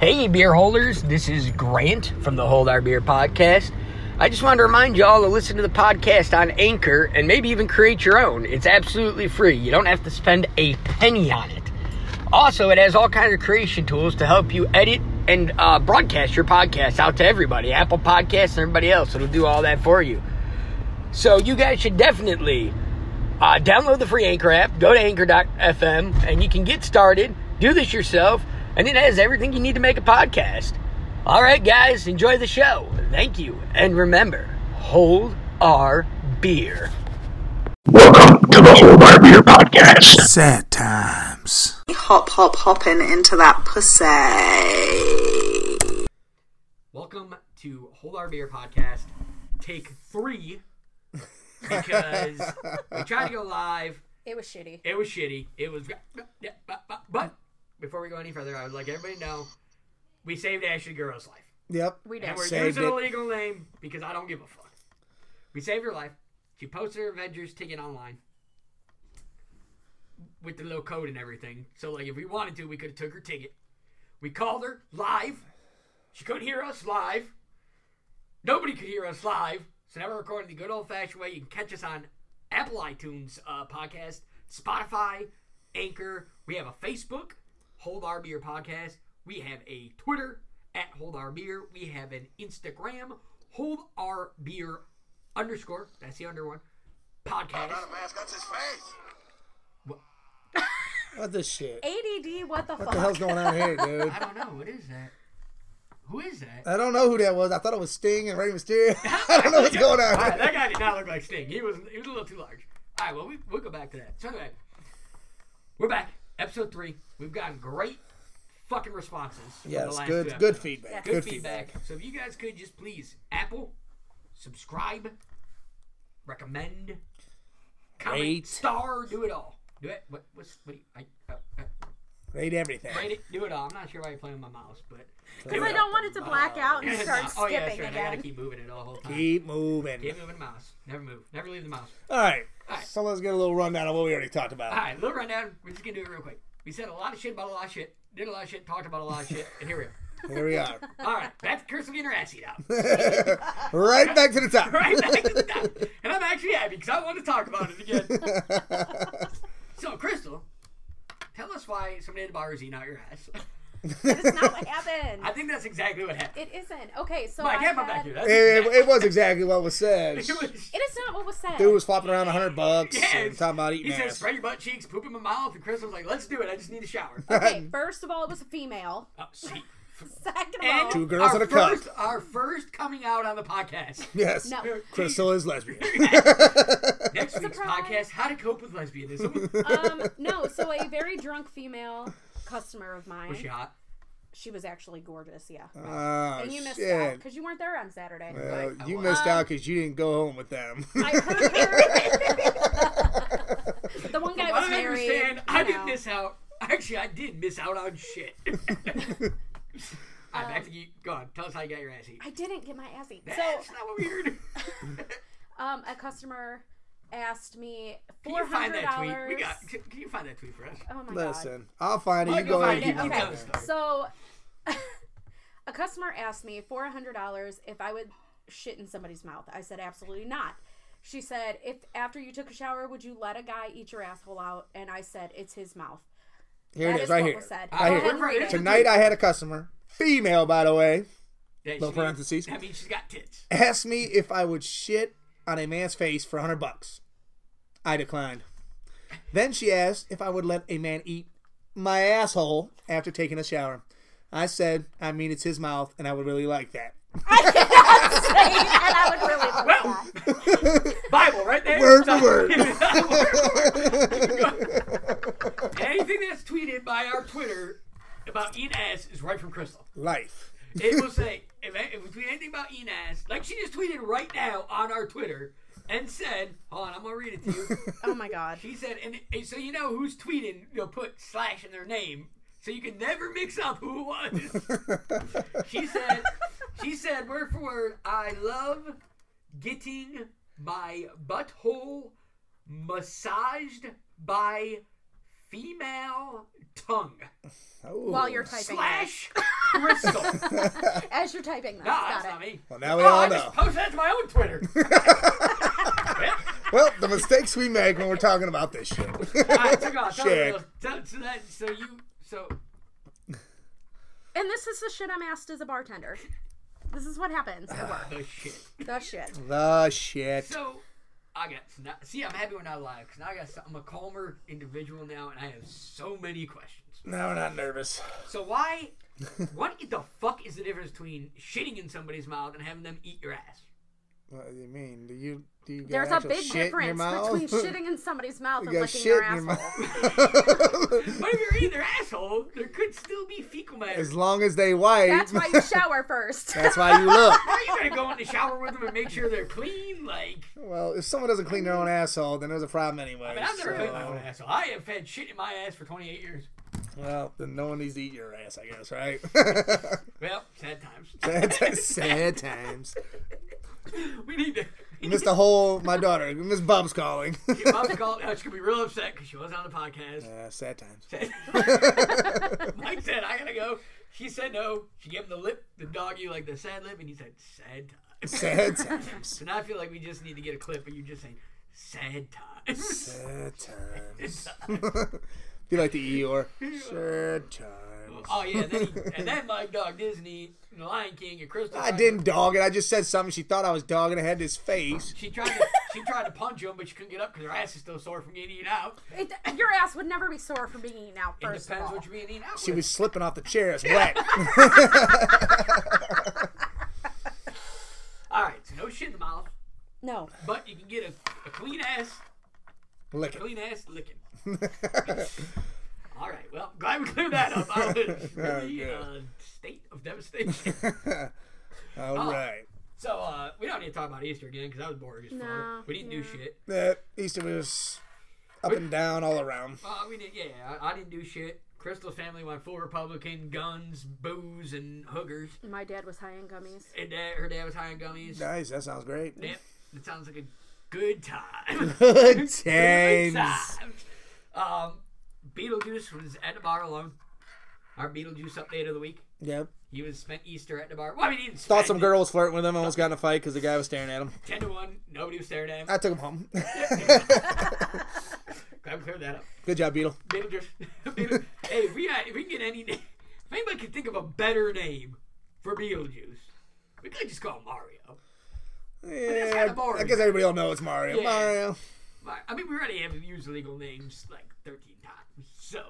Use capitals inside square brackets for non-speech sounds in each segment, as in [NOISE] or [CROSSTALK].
Hey, beer holders, this is Grant from the Hold Our Beer podcast. I just wanted to remind y'all to listen to the podcast on Anchor and maybe even create your own. It's absolutely free, you don't have to spend a penny on it. Also, it has all kinds of creation tools to help you edit and uh, broadcast your podcast out to everybody Apple Podcasts and everybody else. It'll do all that for you. So, you guys should definitely uh, download the free Anchor app, go to anchor.fm, and you can get started. Do this yourself, and it has everything you need to make a podcast. All right, guys, enjoy the show. Thank you. And remember, hold our beer. Welcome to the Hold Our Beer Podcast. Sad times. hop, hop, hopping into that pussy. Welcome to Hold Our Beer Podcast, take three, because we tried to go live. It was shitty. It was shitty. It was. But before we go any further, I would like everybody to know we saved Ashley Guerrero's life. Yep. We did. And we're Saved using it. a legal name because I don't give a fuck. We saved her life. She posted her Avengers ticket online with the little code and everything. So like, if we wanted to, we could have took her ticket. We called her live. She couldn't hear us live. Nobody could hear us live. So now we're recording the good old fashioned way. You can catch us on Apple iTunes uh, podcast, Spotify, Anchor. We have a Facebook, Hold Our Beer Podcast. We have a Twitter at Hold Our Beer. We have an Instagram, Hold Our Beer underscore. That's the under one. Podcast. [LAUGHS] What this shit? ADD, what the fuck? What the hell's going on here, dude? [LAUGHS] I don't know. What is that? Who is that? I don't know who that was. I thought it was Sting and Rey Mysterio. [LAUGHS] I don't know what's going on. [LAUGHS] All right, that guy did not look like Sting. He was he was a little too large. All right, well we we'll go back to that. So anyway, we're back. Episode three. We've gotten great fucking responses. from the [LAUGHS] Yes, last two good, episodes. good feedback. Good, feedback. So if you guys could just please Apple, subscribe, recommend, comment, Rate. star, do it all. Do it. What what's what? Do you, I, uh, uh, Rate everything. rate it, do it all. I'm not sure why you're playing with my mouse, but [LAUGHS] Because I don't want it to black out and start oh skipping yeah, that's right. I gotta again. keep moving it all the whole time. Keep moving. Keep moving the mouse. Never move. Never leave the mouse. All right. Alright. So let's get a little rundown of what we already talked All about. right, little rundown. We're just gonna do it real quick. We said a lot of shit about a lot of shit. Did a lot of shit. Talked about a lot of shit. And here we are. Here we are. All right, that's Kirsten getting her ass eat [LAUGHS] out. Right back to the top. [LAUGHS] Right back to the top. And I'm actually happy because I want to talk about it again. [LAUGHS] so, Crystal, tell us why somebody at the bar is eating out your ass. That's not what happened. [LAUGHS] I think that's exactly what happened. It isn't. Okay, so Mike, I have my had, back here. That's [LAUGHS] It, exactly- it was exactly what was said. it was- [LAUGHS] It is not what was said. Dude was flopping around a hundred bucks Yeah, and talking about he eating said, ass. spread your butt cheeks, poop in my mouth. And Crystal's like, let's do it. I just need a [LAUGHS] shower. okay, first of all, it was a female. [LAUGHS] oh, shit. Second of And all, [LAUGHS] Two girls our and a cup. first, Our first coming out on the podcast. Yes. No. [LAUGHS] Crystal is lesbian. [LAUGHS] [LAUGHS] Next week's Surprise. podcast: How to cope with [LAUGHS] lesbianism. um, no. So a very drunk female customer of mine. Was she hot? She was actually gorgeous. Yeah. Oh, and you missed out shit. because you weren't there on Saturday. Uh, Right. you Um, missed out because you didn't go home with them. I heard [LAUGHS] her. the one guy I was don't married. understand. you I didn't know. miss out. Actually, I did miss out on [LAUGHS] shit. All right, back to you. Go on. Tell us how you got your ass eaten. Um, I didn't get my ass eaten. So That's not what we [LAUGHS] heard. Um, a customer asked me Can [LAUGHS] four you find hundred that tweet? We dollars. got. Can can you find that tweet for us? Oh my [LAUGHS] Listen, I'll find it. You Mike, go if I ahead and did, keep I'll going. tell god. the story. So, [LAUGHS] a customer asked me four hundred dollars if I would shit in somebody's mouth. I said absolutely not. She said, if after you took a shower, would you let a guy eat your asshole out? And I said, it's his mouth. Here That it is, is right what here. was said. Right Go ahead here. and read it. Tonight I had a customer, female by the way, Yeah, little she- parentheses. That means she's got tits. asked me if I would shit on a man's face for 100 bucks. I declined. Then she asked if I would let a man eat my asshole after taking a shower. I said, I mean, it's his mouth, and I would really like that. and I would [LAUGHS] really love Well, Bible right there. Word for word. [LAUGHS] Anything that's tweeted by our Twitter about eating ass is right from Crystal. Life. It will say if, if we tweet anything about Enas, like she just tweeted right now on our Twitter and said, "Hold on, I'm gonna read it to you." Oh my god. she said, and, and so you know who's tweeting, they'll put slash in their name, so you can never mix up who it was. [LAUGHS] she said, she said word for word, "I love getting my butthole massaged by female tongue Oh. while you're typing that. slash [LAUGHS] crystal. no, As you're typing that. that's Got it. not me. Well, now we oh, all I know. just posted that to my own [LAUGHS] Twitter. [LAUGHS] Well, the mistakes we make when we're talking about this shit. [LAUGHS] I took off. Tell Shit. them- tell- so that- so you so And this is the shit I'm asked as a bartender. This is what happens at work. [LAUGHS] oh shit. The shit. the shit. So I got sna- see, I'm happy when I live because now I got some, I'm a calmer individual now, and I have so many questions. Now we're not nervous. So why, what the fuck is the difference between shitting in somebody's mouth and having them eat your ass? What do you mean? Do you do you There's a big difference [LAUGHS] between shitting in somebody's mouth and licking their asshole. But if you're eating their asshole, there could still be fecal matter. [LAUGHS] as long as they wipe. That's [LAUGHS] why you shower first. That's why you look. Are you gonna go in the shower with them and make sure they're clean? Like, Well, if someone doesn't clean their own asshole, then there's a problem anyway. I mean, I've never so- cleaned my own asshole. I have had shit in my ass for 28 years. Well, then no one needs to eat your ass, I guess, right? [LAUGHS] Well, sad times. Sad times. [LAUGHS] we need to. Missed the whole. My daughter, Miss Bob's calling. [LAUGHS] Mom's called. Now she's gonna be real upset because she wasn't on the podcast. uh, sad times. [LAUGHS] Mike said, I gotta go. She said no. She gave him the lip, the doggy, like the sad lip, and he said, sad times. Sad times. So now I feel like we just need to get a clip of you just saying, sad times. Sad times. [LAUGHS] Be like the Eeyore. Sad times. [LAUGHS] oh, yeah. Then he, and then Mike Dog Disney, and The Lion King, and Crystal. I Tiger, didn't dog it. I just said something. She thought I was dogging. I had this face. She tried, to, she tried to punch him, but she couldn't get up because her ass is still sore from getting eaten out. [LAUGHS] It, your ass would never be sore from being eaten out It first. of depends all. what you're being eaten out She with. was slipping off the chair. It's wet. [LAUGHS] All right, so no shit in the mouth, No. but you can get a, a clean ass, Lick it. clean ass licking. All right, well, glad we cleared that up. I was really good. uh, state of devastation. [LAUGHS] All right. So uh, we don't need to talk about Easter again because that was boring as No, fuck. We didn't do shit. That Uh, Easter was up and down all around. Uh, we did, yeah. I, I didn't do shit. Crystal's family went full Republican, guns, booze, and hookers. My dad was high on gummies. And dad, her dad was high on gummies. Nice. That sounds great. [LAUGHS] Yep, it sounds like a good time. [LAUGHS] Good Good times. time. Um, Beetlejuice was at the bar alone. Our Beetlejuice update of the week. Yep. He was spent Easter at the bar. Well, I mean, he didn't Thought spend some it. girl was flirting with him. Almost got in a fight because the guy was staring at him. Ten to one. Nobody was staring at him. I took him home. [LAUGHS] Glad we cleared that up. Good job, Beetle. [LAUGHS] Beetlejuice. [LAUGHS] Beetle- hey, if we, had- if we can get any name, if anybody can think of a better name for Beetlejuice, we could just call him Mario. that's Yeah, kinda boring. I guess everybody all know it's Mario. Yeah. Mario. Mar- I mean, we already have used legal names like 13 times, so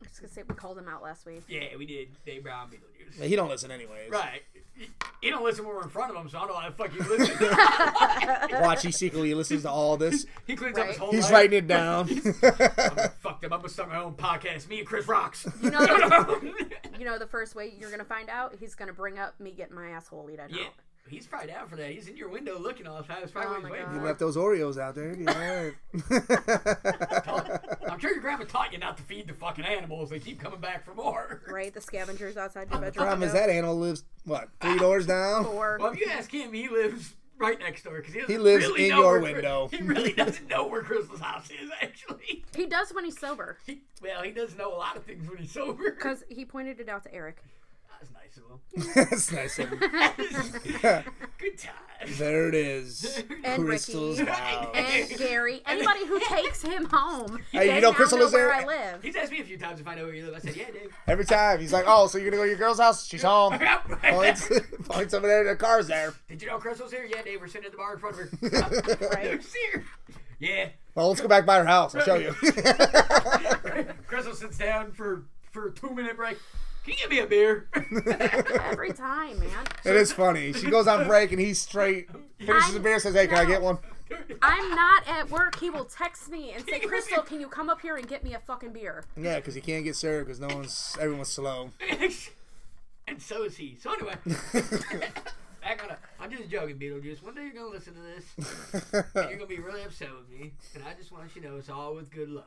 I was gonna say we called him out last week. yeah, we did Dave Brown Beetlejuice. Yeah, He don't listen anyways. Right. You- You don't listen when we're in front of him, so I don't know why the [LAUGHS] fuck you listen. Watch, he secretly listens to [LAUGHS] all this. he cleans up his Right. whole He's life. writing [LAUGHS] it down. Fuck them. I'm gonna start my own podcast. Me and Chris [LAUGHS] Rocks. [LAUGHS] You know, the, you know the first way you're gonna find out. He's gonna bring up me getting my asshole eaten yeah. out. He's probably down for that. He's in your window looking all the time. That's probably Oh what he's my waiting God. for. You left those Oreos out there. Yeah. [LAUGHS] I'm sure your grandma taught you not to feed the fucking animals. They keep coming back for [LAUGHS] more. Right, the scavengers outside your bedroom. Problem is window. that animal lives what [LAUGHS] three doors down. Or Well, if you ask him, he lives right next door because he, doesn't lives really in know your where Chris- window. [LAUGHS] He [LAUGHS] really doesn't know where Crystal's house is. Actually, he does when he's sober, [LAUGHS] he, well, he does know a lot of things when he's [LAUGHS] sober. because he pointed it out to Eric. That's nice of him. [LAUGHS] That's nice. of him. [LAUGHS] Good times. [LAUGHS] There it is. And [LAUGHS] Crystal's [LAUGHS] Ricky. house. and Gary, anybody who takes him home. Hey, they you know now Crystal is where there- I live. He's asked me a few times if I know where you live. I said, yeah, [LAUGHS] Dave. Every time he's like, "Oh, so you're gonna go to your girl's house? [LAUGHS] She's home." Yep. Points, [LAUGHS] points over there. The car's there. [LAUGHS] Did you know Crystal's here? Yeah, Dave. We're sitting at the bar in front of [LAUGHS] her. [LAUGHS] Right. She's here. Yeah. Well, let's go back by her house. I'll show you. [LAUGHS] Crystal sits down for for a two minute break. Can you get me a beer? Every time, man. it is funny. She goes on break and he's straight. Finishes the beer. Says, "Hey, can I get one?" I'm not at work. He will text me and say, Crystal, can you come up here and get me a fucking beer? Yeah, because he can't get served because no one's everyone's slow. [LAUGHS] and so is he. So anyway, [LAUGHS] back on up. I'm just joking, Beetlejuice. One day you're gonna listen to this, and you're gonna be really upset with me. And I just want you to know it's all with good love.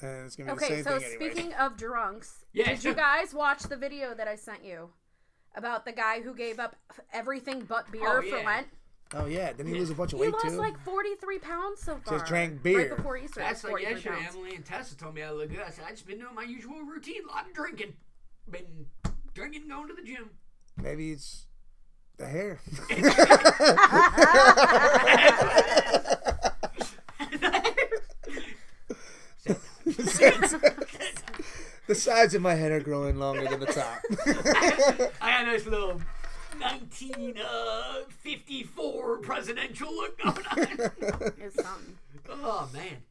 And it's gonna be Okay, the same so thing anyway. speaking of drunks, Yeah, did you sure. guys watch the video that I sent you about the guy who gave up everything but beer Oh, for yeah. Lent? Oh yeah, didn't he lose a bunch of He weight lost too? like 43 pounds so far. drank beer. Right before Easter. it was That's like 43 yesterday. pounds. Emily and Tessa told me I look good. I said I just been doing my usual routine, a lot of drinking, been drinking, going to the gym. Maybe it's the hair. [LAUGHS] [LAUGHS] [LAUGHS] the sides of my head are growing longer than the top. [LAUGHS] I had this little 1954 presidential look going on. [LAUGHS] It's something. oh man,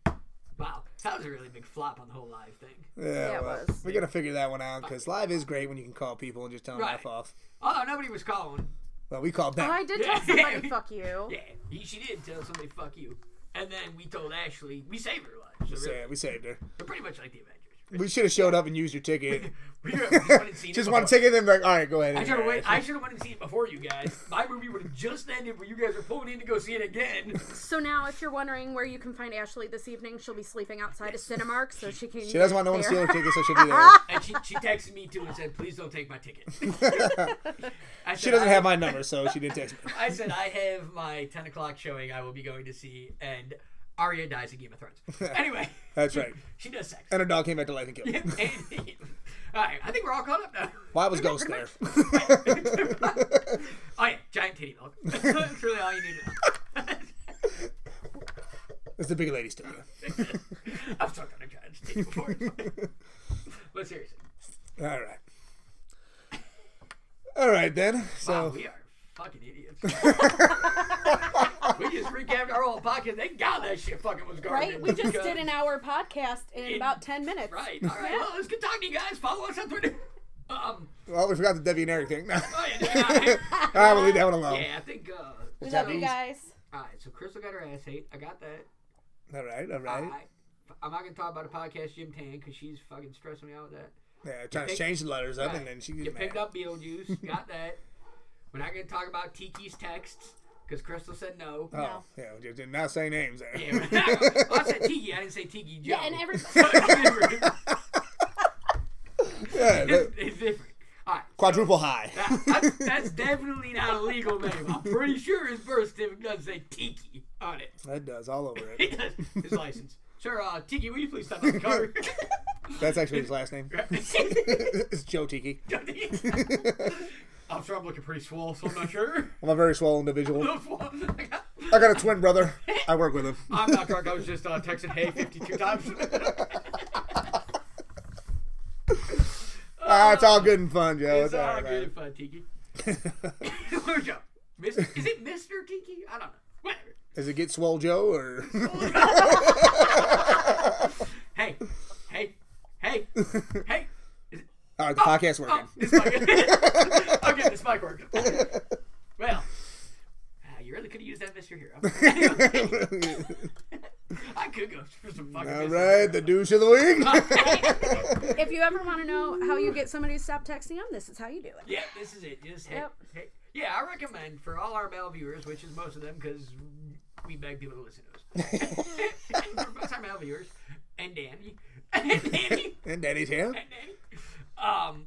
wow, that was a really big flop on the whole live thing. Yeah, yeah, it well, was. we gotta figure that one out because live is great when you can call people and just tell them Right. F off. Although Oh, nobody was calling. Well, we called Oh, I them. [LAUGHS] did tell somebody, fuck you. Yeah, he, she did tell somebody "fuck you," and then we told Ashley we saved her life. So really, Yeah, we saved her. they're pretty much like the Avengers. We should have showed up and used your [LAUGHS] ticket. [LAUGHS] We just went and seen it Just want to before. take it and be like, all right, go ahead. I should have [LAUGHS] went. I should have went and seen it before you guys. My movie would have just ended when you guys were pulling in to go see it again. So now, if you're wondering where you can find Ashley this evening, she'll be sleeping outside of Cinemark, so she can. She doesn't want no one to there. steal her ticket, so she'll be [LAUGHS] there. And she, she texted me too and said, "Please don't take my [LAUGHS] ticket." I She doesn't have my number, so she didn't text me. I said I have my ten o'clock showing. I will be going to see, and Arya dies in Game of [LAUGHS] Thrones. Anyway, That's right. she does sex. And her dog came back to life and killed her. [LAUGHS] And- all right, I think we're all caught up now. [LAUGHS] Why was Ghost there? Oh yeah, giant titty milk. [LAUGHS] That's really all you need to know. [LAUGHS] It's the big lady studio. I've talked on a giant titty before. [LAUGHS] but seriously, All right. All right then. wow, So ah, we are fucking [LAUGHS] idiots. we just recapped our whole podcast. Thank God that shit fucking was garbage. [LAUGHS] Right? [LAUGHS] We just Because- did an hour podcast in about 10 minutes. Right. All right. Well, it's good talking to you guys. Follow us on Twitter. [LAUGHS] Um. well, we forgot the Debbie and Eric thing. [LAUGHS] No. Oh, yeah, [LAUGHS] yeah, All right, we'll leave that one alone. yeah, I think. Uh, We It's love you Japanese. guys. all right. So Crystal got her ass hate. I got that. All right, all I, right. I'm not gonna talk about a podcast Jim Tan because she's fucking stressing me out with that. Yeah, trying to change the letters up, and then she you gets picked mad. up [LAUGHS] Beetlejuice. got that. We're not gonna talk about Tiki's texts because Crystal said no. Oh, yeah, we did not say names there. Yeah, we're not- [LAUGHS] well, I said Tiki. I didn't say Tiki Joe. Yeah, and [LAUGHS] every. [LAUGHS] Yeah, the- it's, it's different. All right. quadruple [LAUGHS] high. That's, that's [LAUGHS] definitely not a legal name. I'm pretty sure his birth certificate doesn't say Tiki on it. That does all [LAUGHS] over He it. does. His license. Sure, uh, Tiki, will you please stop at the car? That's actually his last name. [LAUGHS] it's Joe Tiki. I'm sure I'm looking pretty swole, so I'm not sure. [LAUGHS] I'm a very swollen individual. I I'm got a twin brother. I work with him. not drunk. I was just uh, texting hey 52 times. [LAUGHS] Ah, it's all good and fun, Joe. it's It's all all right. good fun, Tiki. [LAUGHS] Where's Joe? Mis- is it Mr. Tiki? I don't know. Whatever. Does it get swole, Joe, or Hey, hey, hey, hey. Is it- [LAUGHS] all right? The podcast Oh, working. this mic. [LAUGHS] okay, this mic working. Well, ah, you really could have used that Mr. Hero. oh. [LAUGHS] [LAUGHS] I could go for some fucking All Mr. right, Hero. the douche of the [LAUGHS] week. [LAUGHS] if you ever want to know how you get somebody to stop texting them, this is how you do it. Yeah, this is it. Just hit, Yep. hit- Yeah, I recommend for all our male viewers, which is most of them, because we beg people to listen to us. [LAUGHS] [LAUGHS] for most of our male viewers, and Danny, [LAUGHS] and Danny, and Daddy's here. and Danny, um,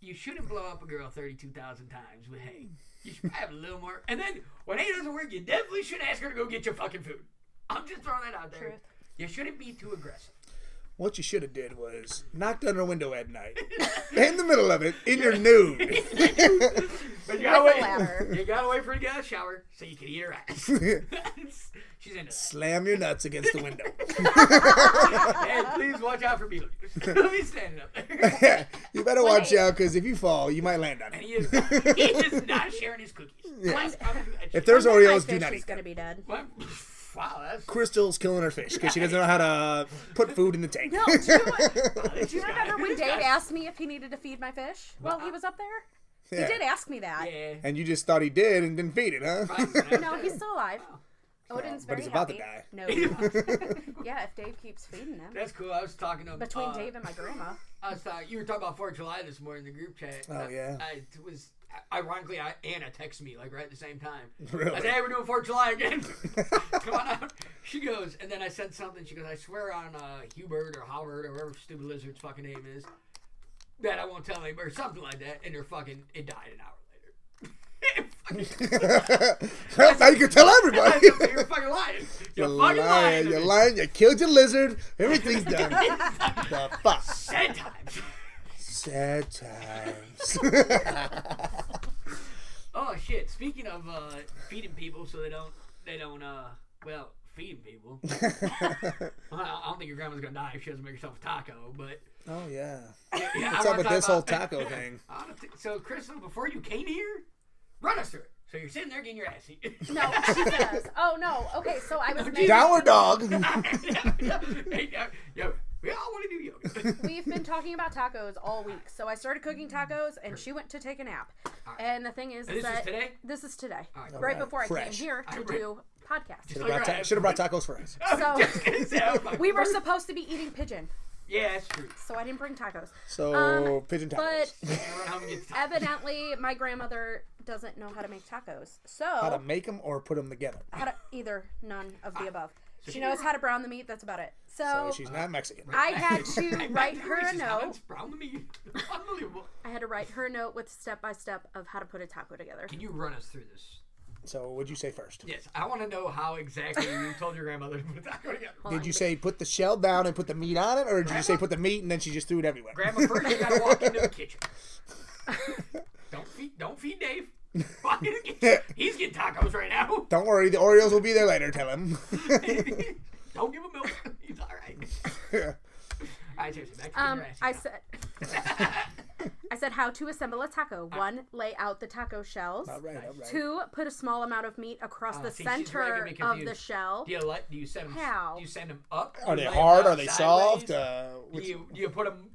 you shouldn't blow up a girl thirty-two thousand times with hey. You should probably have a little more. And then when hey doesn't work, you definitely should ask her to go get your fucking food. I'm just throwing that out there. Truth. You shouldn't be too aggressive. What you should have did was knocked on her window [LAUGHS] at night, in the middle of it, in your nude. But you gotta With a wait. ladder. [LAUGHS] You gotta wait for her to get out of the shower so you can eat her [LAUGHS] ass. She's into that. Slam your nuts against the window. [LAUGHS] [LAUGHS] And please watch out for [LAUGHS] [LAUGHS] Beetlejuice. Let me stand up there. [LAUGHS] you better watch out because if you fall, you might land on He it. is, he is not sharing his [LAUGHS] cookies. Like, I'm gonna do that If shit. there's Oreos, do fish not is eat. going to be dead. What? [LAUGHS] Wow, that's. Crystal's killing her fish because she doesn't know how to put food in the [LAUGHS] tank. [LAUGHS] No, do you wow, that's just remember gotta- when Dave asked me if he needed to feed my fish while he was up there? Yeah. He did ask me that. Yeah. And you just thought he did and didn't feed it, huh? [LAUGHS] No, he's still alive. Odin's but very he's about to happy. die. [LAUGHS] No. yeah, if Dave keeps feeding him. [LAUGHS] That's cool. I was talking to Between uh, Dave and my grandma. [LAUGHS] I was talking, you were talking about Fourth of July this morning in the group chat. Oh, I, yeah. I was ironically I, Anna texted me like right at the same time. Really? I said, "Hey, we're doing Fourth of July again. [LAUGHS] Come on out." She goes, and then I sent something. She goes, "I swear on uh, Hubert or Howard or whatever stupid lizard's fucking name is that I won't tell anybody or something like that." And they're fucking it died an hour later. [LAUGHS] [LAUGHS] now you can [LAUGHS] tell everybody. You're fucking lying. You're, fucking You're lying. lying. You're lying. You killed your lizard. [LAUGHS] Everything's done. the fuck. Ten times. Sad times. Oh shit! Speaking of uh, feeding people, so they don't they don't uh well feeding [LAUGHS] people. Well, I I don't think your grandma's gonna die if she doesn't make herself a taco, [LAUGHS] but oh yeah. yeah, What's I up wanna with talk this whole about- [LAUGHS] taco thing? I wanna t- so Crystal, before you came here, run us through it. So you're sitting there getting your ass [LAUGHS] eaten. [LAUGHS] No, she says. Oh no. Okay, so I [LAUGHS] was making. [LAUGHS] Downward dog. Hey, yo, yo, we all want to do yoga. [LAUGHS] We've been talking about tacos all week, so I started cooking tacos, and she went to take a nap. And the thing is, And is this is that today? this is today, right, Alright, before I came fresh. here to do podcast. So Should you're have brought tacos for us. I'm So- just gonna say, I was like, We were supposed to be eating pigeon, Yeah, that's true. so I didn't bring tacos. So Um, pigeon tacos. But I run home and get the taco. evidently, my grandmother doesn't know how to make tacos, so How to make them or put them together. how to either none of the above. She knows how to brown the meat. That's about it. So, So she's not Mexican. I had [LAUGHS] to Hey, back write to her a races, how note. that's brown to me. [LAUGHS] Unbelievable. I had to write her a note with step by step of how to put a taco together. Can you run us through this? So what'd you say first? Yes, I want to know how exactly you told your grandmother to put a taco together. Did you say put the shell down and put the meat on it, or did you say put the meat and then she just threw it everywhere? Grandma, first you gotta walk into the [LAUGHS] kitchen. don't feed, don't feed Dave. Walk in the kitchen. He's getting tacos right now. [LAUGHS] [LAUGHS] Don't worry, the Oreos will be there later. Tell [LAUGHS] him. don't give him milk. [LAUGHS] He's all right. all right, seriously, back to Um, your ass. I said, [LAUGHS] I said how to assemble a taco. One, lay out the taco shells. all right, all right. Two, put a small amount of meat across the Ah, see, she's really center gonna be of the confused. shell. do you like? Do you send them? oh, How? Do you send them up? Are Do they you lay 'em hard? down Are they sideways? soft? Uh, Do which, you do you put them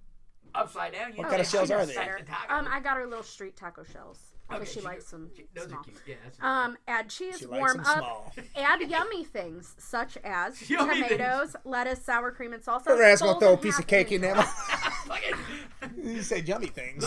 upside down? You What know, kind of they shells like are to they? set the taco. Um, I got her little street taco shells because she likes them Those small. are cute. Yeah, that's [LAUGHS] Um, add cheese, she likes warm them up, small. add yummy things such as [LAUGHS] Yummy things. tomatoes, lettuce, sour cream, and salsa. Her ass fold gonna throw a in piece half of cake and in there. enjoy. [LAUGHS] fucking. [LAUGHS] you said yummy [LAUGHS] things.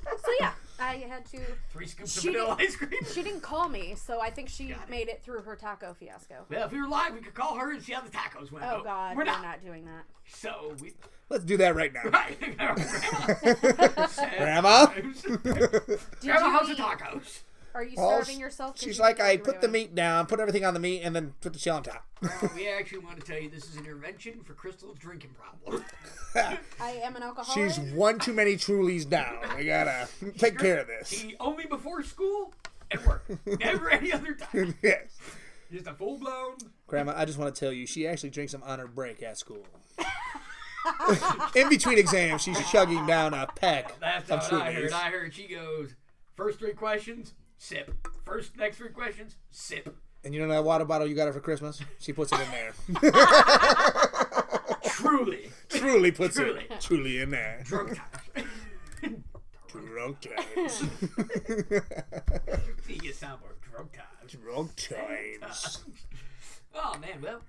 So yeah, I had to. Three scoops She of vanilla did- ice cream. She didn't call me, so I think she Got it. made it through her taco fiasco. Well, if we were live, we could call her and see how the tacos went. Oh but God, we're we're not. not doing that. So we. [LAUGHS] Let's do that right now, Right. [LAUGHS] Grandma. said- Grandma. Grandma, how's the eat- tacos? Are you Well, starving yourself? 'Cause She's you like, didn't know I you were put the doing meat down, put everything on the meat, and then put the shell on top. Grandma, we actually want to tell you this is an intervention for Crystal's drinking problem. [LAUGHS] it. I am an alcoholic. She's one too many Trulies down. We gotta take care of this. She only before school and work. Never any other time. [LAUGHS] Yes. Just a full blown. Grandma, I just want to tell you, she actually drinks them on her break at school. In between exams, she's chugging down a pack That's of not what I heard. Trulies. I heard she goes first three questions, sip. First next three questions, sip. And you know that water bottle you got her for Christmas? She puts it in there. Truly, Truly puts Truly. it truly in there. drunk [LAUGHS] times. Drunk times. See you soundboard drunk times. Drunk times. Oh man, well,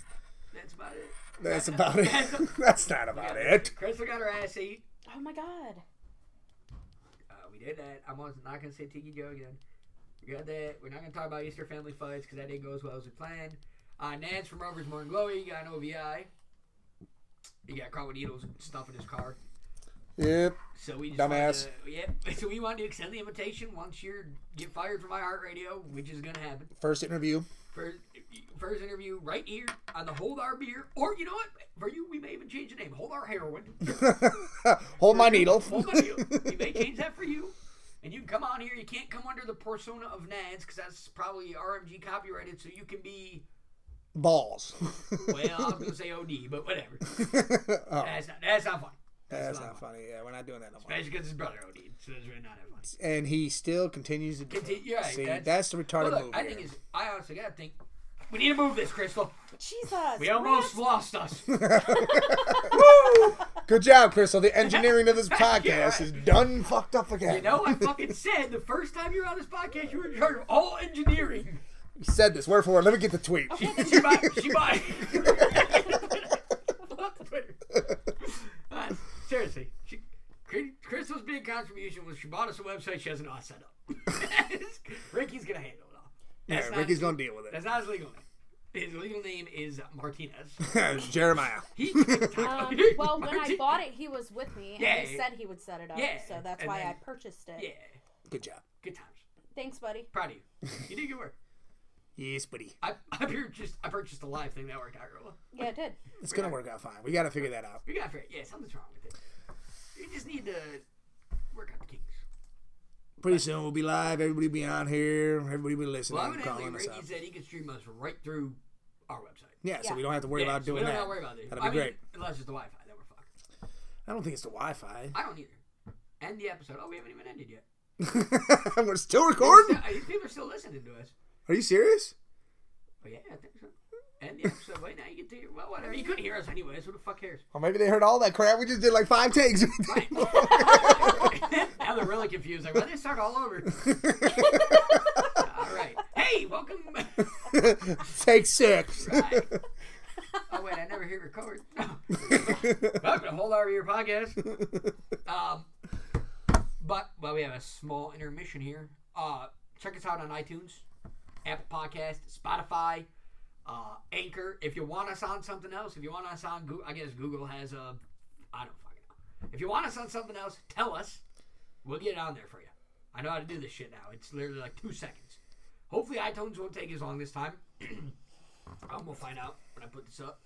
that's about it. That's about it. [LAUGHS] That's not about it. Crystal got her ass eat. Oh my God. Uh, we did that. I'm also not gonna say Tiki Joe again. We got that. We're not gonna talk about Easter family fights because that didn't go as well as we planned. Uh, Nance from Robert's Morning Glory got an OVI. He got caught with needles and stuff in his car. Yep. So we just Dumbass. Wanted to, yeah. [LAUGHS] So we wanted to extend the invitation once you get fired from iHeartRadio, which is gonna happen. First interview. First, first interview right here on the Hold Our Beer, or you know what? For you, we may even change the name. Hold Our Heroin. Hold my [LAUGHS] needle. Hold my deal. We may change that for you. And you can come on here. You can't come under the persona of Nads because that's probably RMG copyrighted. So you can be, Balls. well, I was going to say OD, but [LAUGHS] whatever. Oh. That's, not, that's not funny. That's not funny. Yeah, we're not doing that no more. Especially because his brother OD. So that's really not that funny. And he still continues to do Conti- it. you're right, See, that's- that's, the But retarded look, move. I here. think it's, I honestly got to think. We need to move this, Crystal. Jesus. We almost lost us. Good job, [LAUGHS] Crystal. The engineering of this podcast Yeah, right. is done fucked up again. You know, I fucking said the first time you were on this podcast, you were in charge of all engineering. You said this word for word. Let me get the tweet. she might. She might. Fuck Twitter. Uh, seriously, she, Cri- Crystal's big contribution was she bought us a website she has an all set up. [LAUGHS] Ricky's gonna handle it all. Yeah, not- Ricky's gonna deal with That's it. not his legal name. His legal name is Martinez. [LAUGHS] Jeremiah. He can't talk Um, about- well, when I [LAUGHS] Martin- bought it, he was with me, and Yeah. he said he would set it up, Yeah, so that's and why then- I purchased it. Yeah, Good job. good times. Thanks, buddy. Proud of you. You did good work. Yes, buddy. I, I purchased I purchased a live thing that worked out real well. Yeah, it did. It's gonna work out fine. We gotta figure that out. You got fair. Yeah, something's wrong with it. You just need to work out the kinks. Pretty soon we'll be live. Everybody will be on here. Everybody will be listening. Well, I'm gonna calling have us Ricky up. said he can stream us right through our website. Yeah, so Yeah. we don't have to worry Yeah, about so we doing don't that. gotta worry about it. That'd be I mean, great. Unless it's the Wi-Fi, then we're fucked. I don't think it's the Wi-Fi. I don't either. End the episode. Oh, we haven't even ended yet. [LAUGHS] We're still [LAUGHS] recording. Yeah, I- people are still listening to us. Are you serious? Oh yeah, I think so. End the episode. Wait, now you can hear. Well, whatever. You couldn't hear us anyways. Who the fuck [LAUGHS] cares? Or maybe they heard all that crap. We just did like five takes. [LAUGHS] [LAUGHS] now they're really confused. Like, why did they start all [LAUGHS] over? all right. Hey, welcome. [LAUGHS] Take six. Right. Oh wait, I never hit record. [LAUGHS] welcome to Whole Hour Your Podcast. [LAUGHS] Um, but well, we have a small intermission here. Uh, check us out on iTunes, Apple Podcast, Spotify, uh, Anchor. If you want us on something else, if you want us on, Google, I guess Google has a, I don't fucking know. If you want us on something else, tell us. We'll get it on there for you. I know how to do this shit now. It's literally like two seconds. Hopefully, iTunes won't take as long this time. um, we'll find out when I put this up.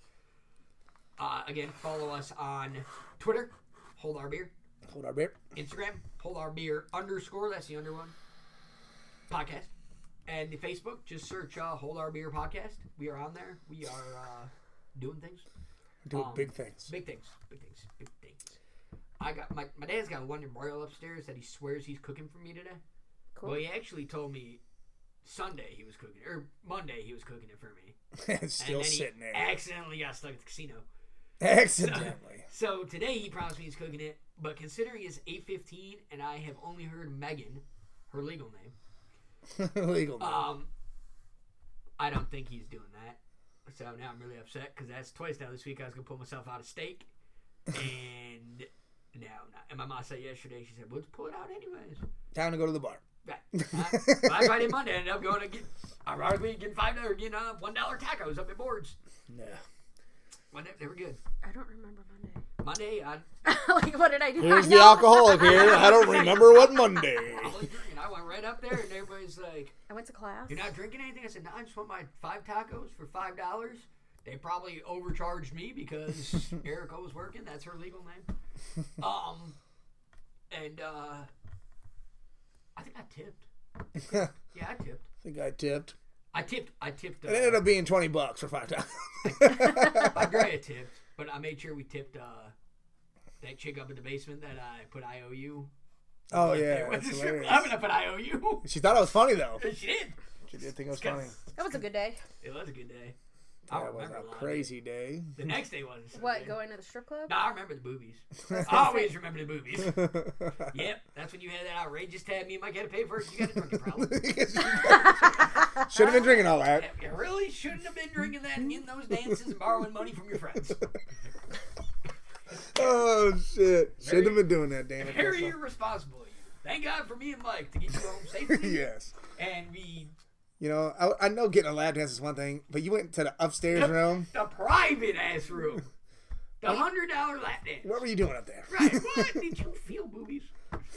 Uh, again, follow us on Twitter, Hold Our Beer, Hold our beer. Instagram, Hold Our Beer underscore, that's the under one, podcast. And the Facebook, just search uh, Hold Our Beer Podcast. We are on there. We are uh, doing things. Doing Um, big things. Big things. Big things. Big things. I got my, my dad's got London broil upstairs that he swears he's cooking for me today. Cool. Well, he actually told me Sunday he was cooking, or Monday he was cooking it for me. [LAUGHS] it's And still then he sitting there. Accidentally got stuck at the casino. [LAUGHS] Accidentally. [LAUGHS] So today he promised me he's cooking it, but considering it's eight fifteen and I have only heard Megan, her legal name, Legal. um, I don't think he's doing that. So now I'm really upset because that's twice now this week I was gonna put myself out of steak, and now I'm not. And my mom said yesterday she said, "Well, let's pull it out anyways." Time to go to the bar. Right. I, I tried it Monday. I ended up going to get, ironically, getting five dollar, getting uh, one dollar tacos up at boards. No. Monday, they were good. I don't remember Monday. Monday, I [LAUGHS] like, what did I do? [LAUGHS] Here's I the know. alcoholic here. I don't remember what Monday. [LAUGHS] Holy Grail, I went right up there, and everybody's like, I went to class. "You're not drinking anything." I said, "No, I just want my five tacos for five dollars." They probably overcharged me [LAUGHS] because Erica was working. That's her legal name. Um, and uh, I think I tipped. [LAUGHS] Yeah, I tipped. think I tipped. I tipped. I tipped. Uh, It ended up being twenty bucks for [LAUGHS] five dollars. Andrea tipped, but I made sure we tipped uh, that chick up in the basement that I put IOU. oh yeah, I'm [LAUGHS] that's hilarious. gonna put IOU. She thought it was funny though. [LAUGHS] she did. She did think it was It's funny. That was a good day. It was a good day. I That was remember a a lot. crazy day. [LAUGHS] The next day wasn't. so What, good. going to the strip club? No, I remember the boobies. I always remember the [LAUGHS] boobies. yep, that's when you had that outrageous tab. Me and Mike had to pay for it. You got a drinking problem. [LAUGHS] Should have been drinking all that. you really shouldn't have been drinking that and in those dances and borrowing money from your [LAUGHS] friends. Oh shit! Shouldn't have Very- been doing that, damn it. Very Russell. irresponsible of you. Thank God for me and Mike to get you home safely. [LAUGHS] yes. And we You know, I, I know getting a lab dance is one thing, but you went to the upstairs room. The private ass room. The hundred dollar lap dance. What were you doing up there? [LAUGHS] Right. What? Did you feel boobies?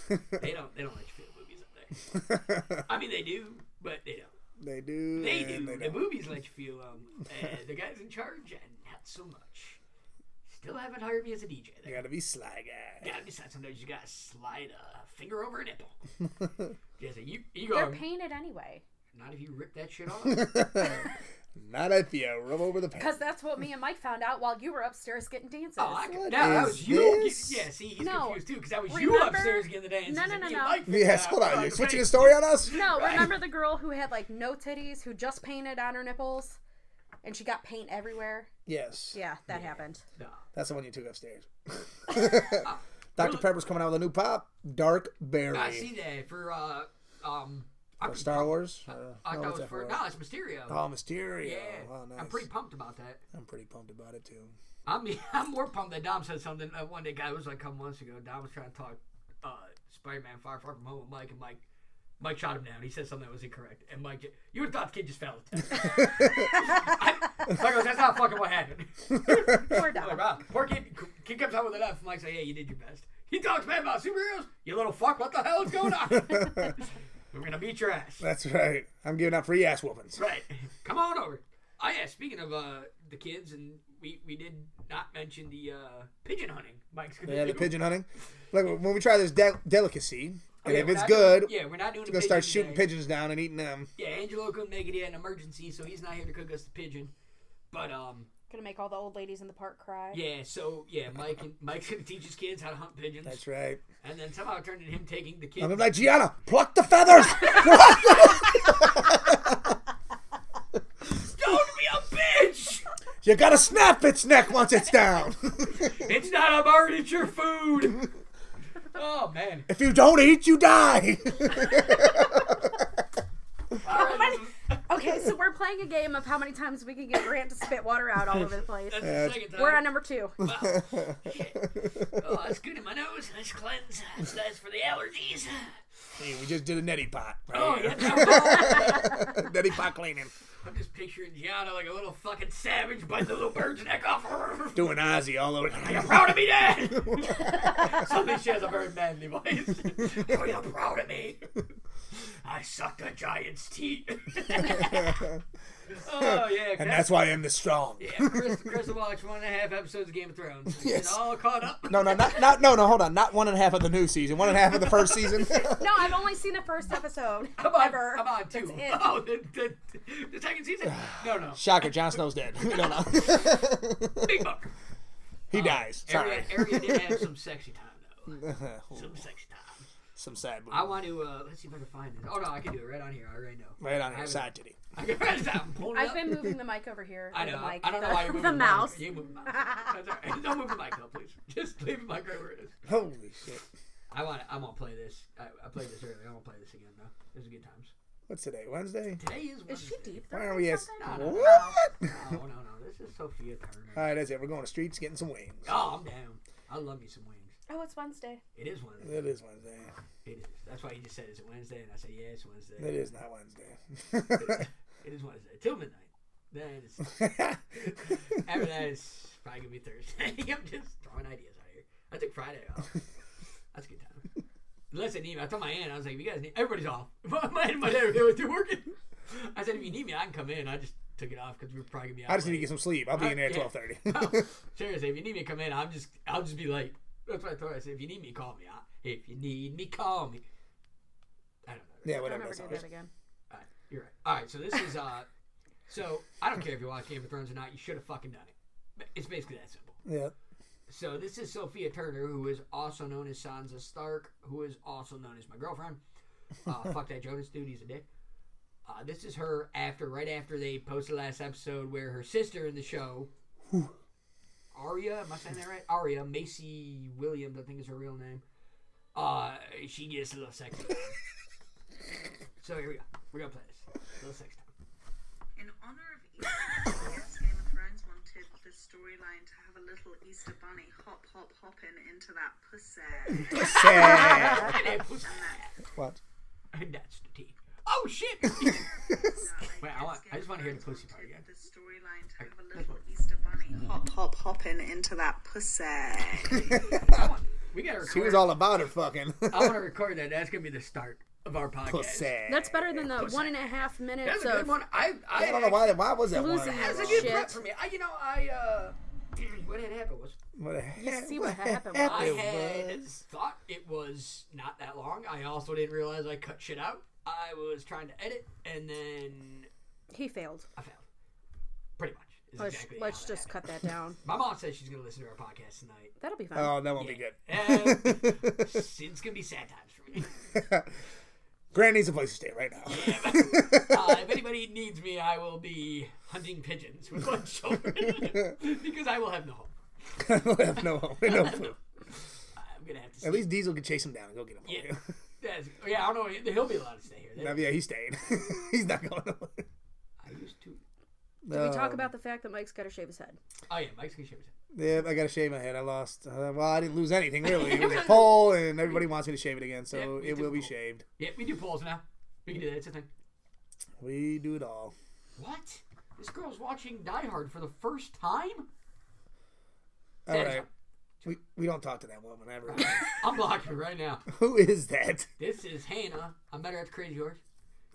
They don't they don't let you feel boobies up there. I mean they do, but they don't. they do. They do. and the don't. boobies let you feel um uh, the guys in charge and not so much. Still haven't hired me as a DJ You there. gotta be sly guy. Yeah, besides sometimes you gotta slide a finger over a nipple. [LAUGHS] Jesse, you you go They're painted anyway. not if you rip that shit [LAUGHS] off. Not if you rub over the pan. Because that's what me and Mike found out while you were upstairs getting dances. Oh, I, no, What that is was you. this? Yeah, see, he's No. confused too because that was you Remember- upstairs getting the dance. No, no, no, no. Yes, uh, hold oh, on. You're switching the story on us? no, remember the girl who had like no titties, who just painted on her nipples, and she got paint everywhere. Yes. Yeah, that happened. That's the one you [LAUGHS] took upstairs. [LAUGHS] Dr. Pepper's coming out with a new pop, Dark Berry. I see that for uh um. I'm, Star Wars? Uh, I no, thought what's it was that for for? no, it's Mysterio. Oh, Mysterio. yeah, Oh, nice. I'm pretty pumped about that. I'm pretty pumped about it, too. I mean, [LAUGHS] I'm more pumped that Dom said something uh, one day. Guy it was like a couple months ago. Dom was trying to talk uh, Spider-Man Far Far From Home with Mike, and Mike. Mike shot him down. He said something that was incorrect, and Mike, ju- you would have thought the kid just fell. I, [LAUGHS] Mike goes, "That's not fucking what happened." [LAUGHS] Poor I'm like, dog. wow, poor kid, kid comes out with an F. Mike's like, yeah, you did your best. He talks bad about superheroes. You little fuck, what the hell is going on? [LAUGHS] We're gonna beat your ass. That's right. I'm giving out free ass whoopings. Right. [LAUGHS] Come on over. Oh yeah. Speaking of uh, the kids, and we we did not mention the uh, pigeon hunting. Mike's gonna Yeah, do. the pigeon hunting. Like when we try this de- delicacy, Oh, and yeah, if we're it's not good, doing, yeah, we're not doing. we're the gonna start pigeon shooting today. pigeons down and eating them. Yeah, Angelo couldn't make it. He had an emergency, so he's not here to cook us the pigeon. But um, Gonna make all the old ladies in the park cry. [LAUGHS] yeah. So yeah, Mike and, [LAUGHS] Mike's gonna teach his kids how to hunt pigeons, That's right. and then somehow it turned into him taking the kids. I'm like Gianna, pluck [LAUGHS] the feathers. Don't be a bitch. [LAUGHS] you gotta snap its neck once it's down. [LAUGHS] it's not a bird. It's your food. Oh man! if you don't eat, you die. [LAUGHS] All right, Okay, so we're playing a game of how many times we can get Grant to spit water out all over the place. that's the second time. We're on [LAUGHS] number two. Oh, that's good in my nose. That's cleanse. That's nice for the allergies. Hey, we just did a neti pot. Right? Oh, yeah. no. [LAUGHS] neti pot cleaning. [LAUGHS] I'm just picturing Gianna like a little fucking savage biting the little bird's neck off. You're Doing Ozzy all [LAUGHS] over. proud of me, Dad! Something she has a very manly voice. Are you Oh, proud of me? I sucked a giant's teeth. [LAUGHS] oh, yeah. And that's why I'm the strong. yeah, Chris, Chris watched one and a half episodes of Game of Thrones. Yes. Yes. all caught up. No, no, not, not, no, no. Hold on, not one and a half of the new season. One and a half of the first season. [LAUGHS] No, I've only seen the first episode Come on, ever. come on, two. That's it. Oh, the, the, the second season? No, no. Shocker, Jon Snow's dead. [LAUGHS] no, [LAUGHS] no. Big buck. He dies. Sorry. Hmm. Area, area did have [LAUGHS] some sexy time though. some sexy time. Some sad I movie. want to. Uh, let's see if I can find this. Oh no, I can do it right on here. I already know. Right on I her side titty. [LAUGHS] I can press that. I'm pulling it I've up. been moving the mic over here. I or know. The mic, I don't know [LAUGHS] the, why you're moving the mouse. Mic. You move the mouse. That's all right. [LAUGHS] Don't move the mic up, please. Just leave the mic right where it is. Holy shit. I want. I want to play this. I, I played this earlier. I want to play this again though. This is good times. What's today? Wednesday? Today is. Is she Wednesday. deep? Why are we as No, no, no. What? No, no, no. This is Sophia Turner. Alright, that's it. We're going to streets getting some wings. Oh, I'm down. I love me some wings. Oh, it's Wednesday. It is Wednesday. It is Wednesday. It is. That's why you just said, is it Wednesday? And I said, yeah, it's Wednesday. It is not Wednesday. [LAUGHS] It is Wednesday till midnight. Then it's [LAUGHS] after that it's probably gonna be Thursday. [LAUGHS] I'm just throwing ideas out here. I took Friday off. That's a good time. Unless they need me, I told my aunt I was like, if you guys need everybody's off. [LAUGHS] My my, [LAUGHS] my dad really they're working. I said, if you need me, I can come in. I just took it off because we were probably gonna be. Out I just [LAUGHS] need to get some sleep. I'll be in there at Yeah. Oh. twelve thirty. All Seriously, if you need me to come in, I'm just I'll just be like that's what I told her. I said, if you need me, call me. I, if you need me, call me. I don't know. [LAUGHS] Yeah, I'll whatever never that do song that is. again. All right, you're right. All right, so this is uh, so I don't care if you watch Game of Thrones or not. You should have fucking done it. It's basically that simple. Yeah. So this is Sophia Turner, who is also known as Sansa Stark, who is also known as my girlfriend. Uh, fuck that Jonas dude, he's a dick. Uh, this is her after, right after they posted last episode, where her sister in the show, Arya, am I saying that right? Arya Macy Williams, I think is her real name. Uh, she gets a little sexy. so here we go. We're gonna play this. little sex time. In honor of Easter, yes, Game of Thrones wanted the storyline to have a little Easter bunny hop, hop, hopping into that pussy. [LAUGHS] Sad. And it was- What? and that's the tea. Oh shit! Wait, I, want, I just want to hear the pussy part again. The storyline to have a little Easter bunny hop, hop, hopping into that pussy. I want- We gotta record. She was all about her fucking I want to record that. That's gonna be the start of our podcast. [LAUGHS] pussy. That's better than the one and a half minutes That's a good of one. I, I, I don't know why. Why was that one? losing That's a it. good Shit. prep for me. I, you know, I uh, [CLEARS THROAT] what had happened was What the heck? see what happened I was- had thought it was not that long. I also didn't realize I cut shit out. I was trying to edit and then he failed. I failed. Pretty much. Is Let's, exactly let's how that just happened. cut that down. [LAUGHS] My mom says she's gonna listen to our podcast [LAUGHS] tonight. That'll be fine. Oh, that won't be Uh, good. it's gonna be sad times for me. [LAUGHS] Grant needs a place to stay right now. [LAUGHS] uh, if anybody needs me, I will be hunting pigeons with my children [LAUGHS] because I will have no home. I have no home. [LAUGHS] No food. I'm gonna have to. At Stay. least Diesel can chase him down and go get him. for Yeah, you. That's- yeah. I don't know. He'll be allowed to stay here. No, yeah, he stayed. [LAUGHS] He's not going away. I used to. Did we talk about the fact that Mike's got to shave his head? Oh yeah, Mike's gonna shave his Yeah, I gotta shave my head. I lost. Uh, well, I didn't lose anything really. It was [LAUGHS] a poll, and everybody wants me to shave it again, Yeah, so we it did will be poll. shaved. Yeah, we do polls now. We can do that. It's a thing. We do it all. What? This girl's watching Die Hard for the first time. All right. We, we don't talk to that woman [LAUGHS] ever. I'm blocking her right now. [LAUGHS] Who is that? This is Hannah. I met her at the Crazy Horse.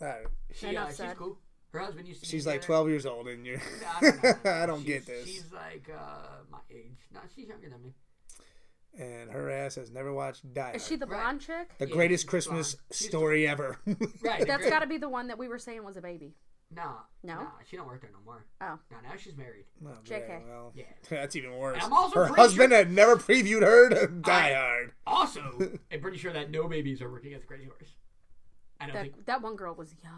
All right. She, Enough uh, she's said. cool. Her husband used to. be She's together. like 12 years old, and you're. No, I don't, know. [LAUGHS] I don't She's- get this. She's like uh, my age. No, she's younger than me. And her ass has never watched Die Hard. Is she the Right. blonde chick? the Yeah, greatest she's Christmas blonde. She's story ever. [LAUGHS] Oh, Right. That's got to be the one that we were saying was a baby. Nah. No? Nah, she don't work there no more. Oh. Nah, now she's married. Oh, JK. very well. Yeah. [LAUGHS] That's even worse. I'm also her pretty husband sure- had never previewed her to Die I- Hard. [LAUGHS] Also, I'm pretty sure that no babies are working at the Crazy Horse. I don't That think that one girl was young.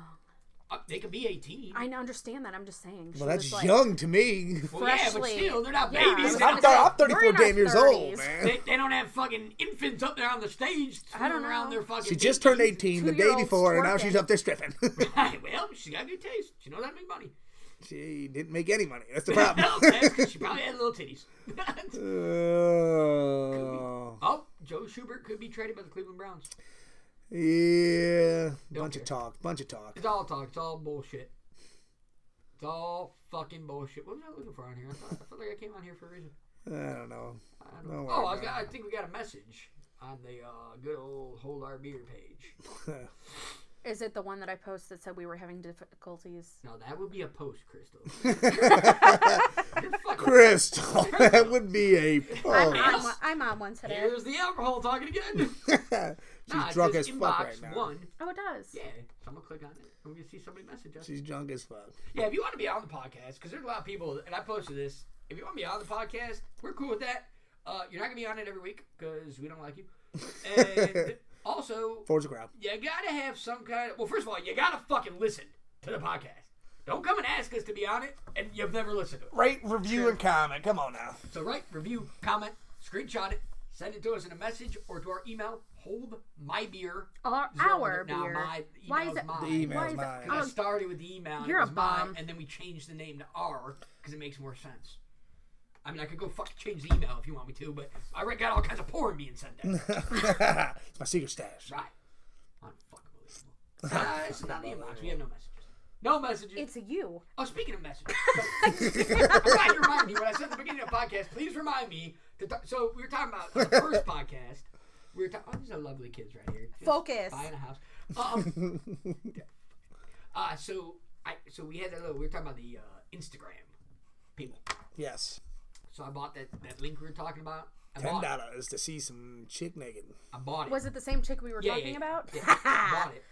uh, they could be 18. I understand that. I'm just saying. She Well, that's was like, young to me. well, yeah, but freshly- still, they're not Yeah, I babies. was They I'm, gonna don't, say, I'm we're 34 in our damn years old, 30s. man. they, they don't have fucking infants up there on the stage. I don't tooling around know. Their fucking She just turned babies. 18 the day Two-year-olds before, and now twerking. she's up there stripping. [LAUGHS] [LAUGHS] well, she got good taste. She knows how to make money. she didn't make any money. [LAUGHS] That's the No, problem. that's 'cause she probably had little titties. [LAUGHS] Oh, oh, Joe Schubert could be traded by the Cleveland Browns. yeah. Bunch care. of talk. Bunch of talk. It's all talk. It's all bullshit. It's all fucking bullshit. What was I looking for on here? I thought, I felt like I came on here for a reason. I don't know. I Don't don't know. worry Oh, I, about got, I think we got a message on the uh, good old Hold Our Beer page. Is it the one that I posted that said we were having difficulties? No, that would be a post, [LAUGHS] Crystal. You're fucking- Crystal, [LAUGHS] that would be a. I'm, Oh, on, one- I'm on one today. Here's the alcohol talking again. she's nah, it drunk says as fuck inbox right now. One. Oh, it does. Yeah, someone click on it. I'm gonna see somebody message us. She's drunk as fuck. Yeah, if you want to be on the podcast, because there's a lot of people, and I posted this. If you want to be on the podcast, we're cool with that. Uh, you're not gonna be on it every week because we don't like you. [LAUGHS] And also, Forge the crowd. you gotta have some kind of. Well, first of all, you gotta fucking listen to the podcast. Don't come and ask us to be on it, and you've never listened to it. Rate, review, and comment. Come on now. So write, review, comment, screenshot it, send it to us in a message or to our email. Hold my beer. Our, Zero, our now beer. my- the Why is email's it? mine. The email's why is mine. it? I Oh, started with the email. and You're it a was mine, bomb. and then we changed the name to R because it makes more sense. I mean, I could go fucking change the email if you want me to, but I already got all kinds of porn being sent [LAUGHS] out. [LAUGHS] it's my secret stash. right. Unfucking believable. Uh, it's not the inbox. We have no messages. No messages. [LAUGHS] it's you. Oh, speaking of [LAUGHS] messages, I'm glad you reminded me when I said at the beginning of the podcast. Please remind me. To ta- so we were talking about on the [LAUGHS] first podcast. We were talking. Oh, these are lovely kids right here. Just Focus. Buying a house. Um, uh, so I so we had that little. We were talking about the uh, Instagram people. Yes. So I bought that that link we were talking about. I Ten bought it. dollars to see some chick naked. I bought it. Was it the same chick we were Yeah, yeah, talking yeah. about? Yeah, [LAUGHS] I bought it.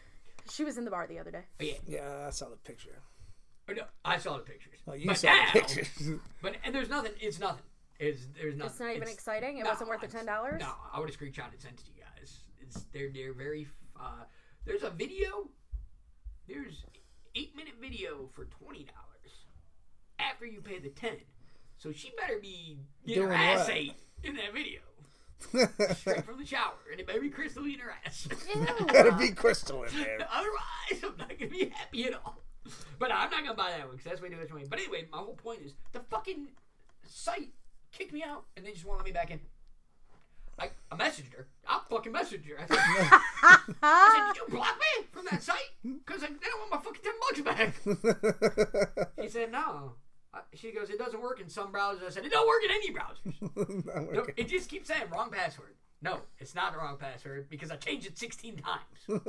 She was in the bar the other day. But yeah, Yeah, I saw the picture. or no, I saw the pictures. Oh, you but saw now- the pictures. But and there's nothing. It's nothing. It's there's nothing. It's not even exciting. It wasn't worth the it's- ten dollars. No, I would have screenshot and sent it to you guys. It's they're they're very. Uh, there's a video. There's eight minute video for twenty dollars after you pay the ten. So she better be getting her Doing ass what? ate in that video [LAUGHS] straight from the shower, and it better be crystal in her ass. [LAUGHS] [LAUGHS] Gotta be crystal in there. [LAUGHS] Otherwise, I'm not gonna be happy at all. But I'm not gonna buy that one because that's way too much money. But anyway, my whole point is the fucking site kicked me out and they just won't let me back in. I, I messaged her. I fucking messaged her. I said, I said, "Did you block me from that site? Because I they don't want my fucking ten bucks back." She said, "No." I- She goes, "It doesn't work in some browsers." I said, "It don't work in any browsers." Not No, working. it just keeps saying wrong password. No, it's not the wrong password because I changed it 16 times.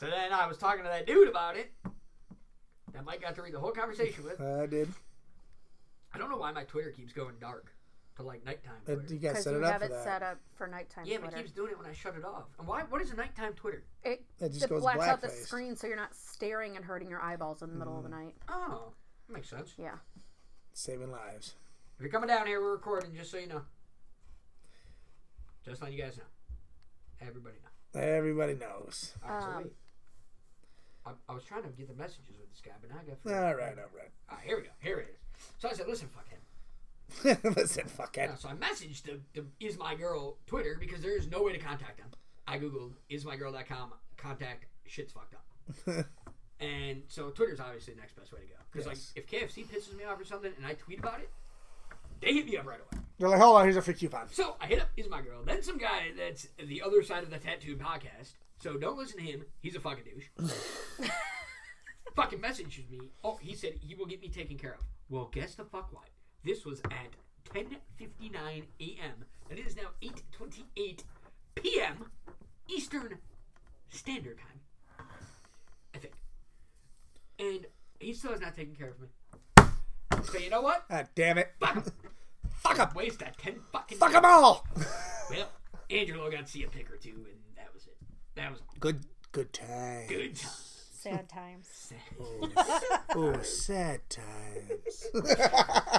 so then I was talking to that dude about it. That Mike got to read the whole conversation with. I did. I don't know why my Twitter keeps going dark to like nighttime. Uh, Twitter. [LAUGHS] You Because guys set you it up have for it that. set up for nighttime Yeah, but it Twitter. keeps doing it when I shut it off. And why? What is a nighttime Twitter? It, It just it goes blacks out the blackface. Mm. screen so you're not staring and hurting your eyeballs in the middle of the night. Oh, that makes sense. Yeah. Saving lives. If you're coming down here, we're recording, just so you know. Just letting you guys know. Everybody know. Everybody knows. All right, so Um, wait. I, I was trying to get the messages with this guy, but now I got. All forgotten. right, [LAUGHS] all Ah, here we go. Here it is. So I said, listen, fuckhead. right. Listen, fuckhead. Now, so I messaged the, the Is My Girl Twitter because there is no way to contact them. I Googled ismygirl.com, contact, shit's fucked up. and so Twitter's obviously the next best way to go. Because, Yes. like, if KFC pisses me off or something and I tweet about it, they hit me up right away. They're like, hold on, here's a free coupon. So I hit up Is My Girl. Then some guy that's the other side of the tattooed podcast. So don't listen to him. He's a fucking douche. fucking messages me. Oh, he said he will get me taken care of. Well, guess the fuck what? This was at 10:59 a.m. and it is now 8:28 p.m. Eastern Standard Time. I think. And he still has not taken care of me. So you know what? Ah, damn it. Fuck him. Fuck 'em. Waste that ten fucking. Fuck them all. Well, Angelo got to see a pick or two, and that was it. That was Good, good time. good time. [LAUGHS] [LAUGHS] Sad times. Oh, sad times.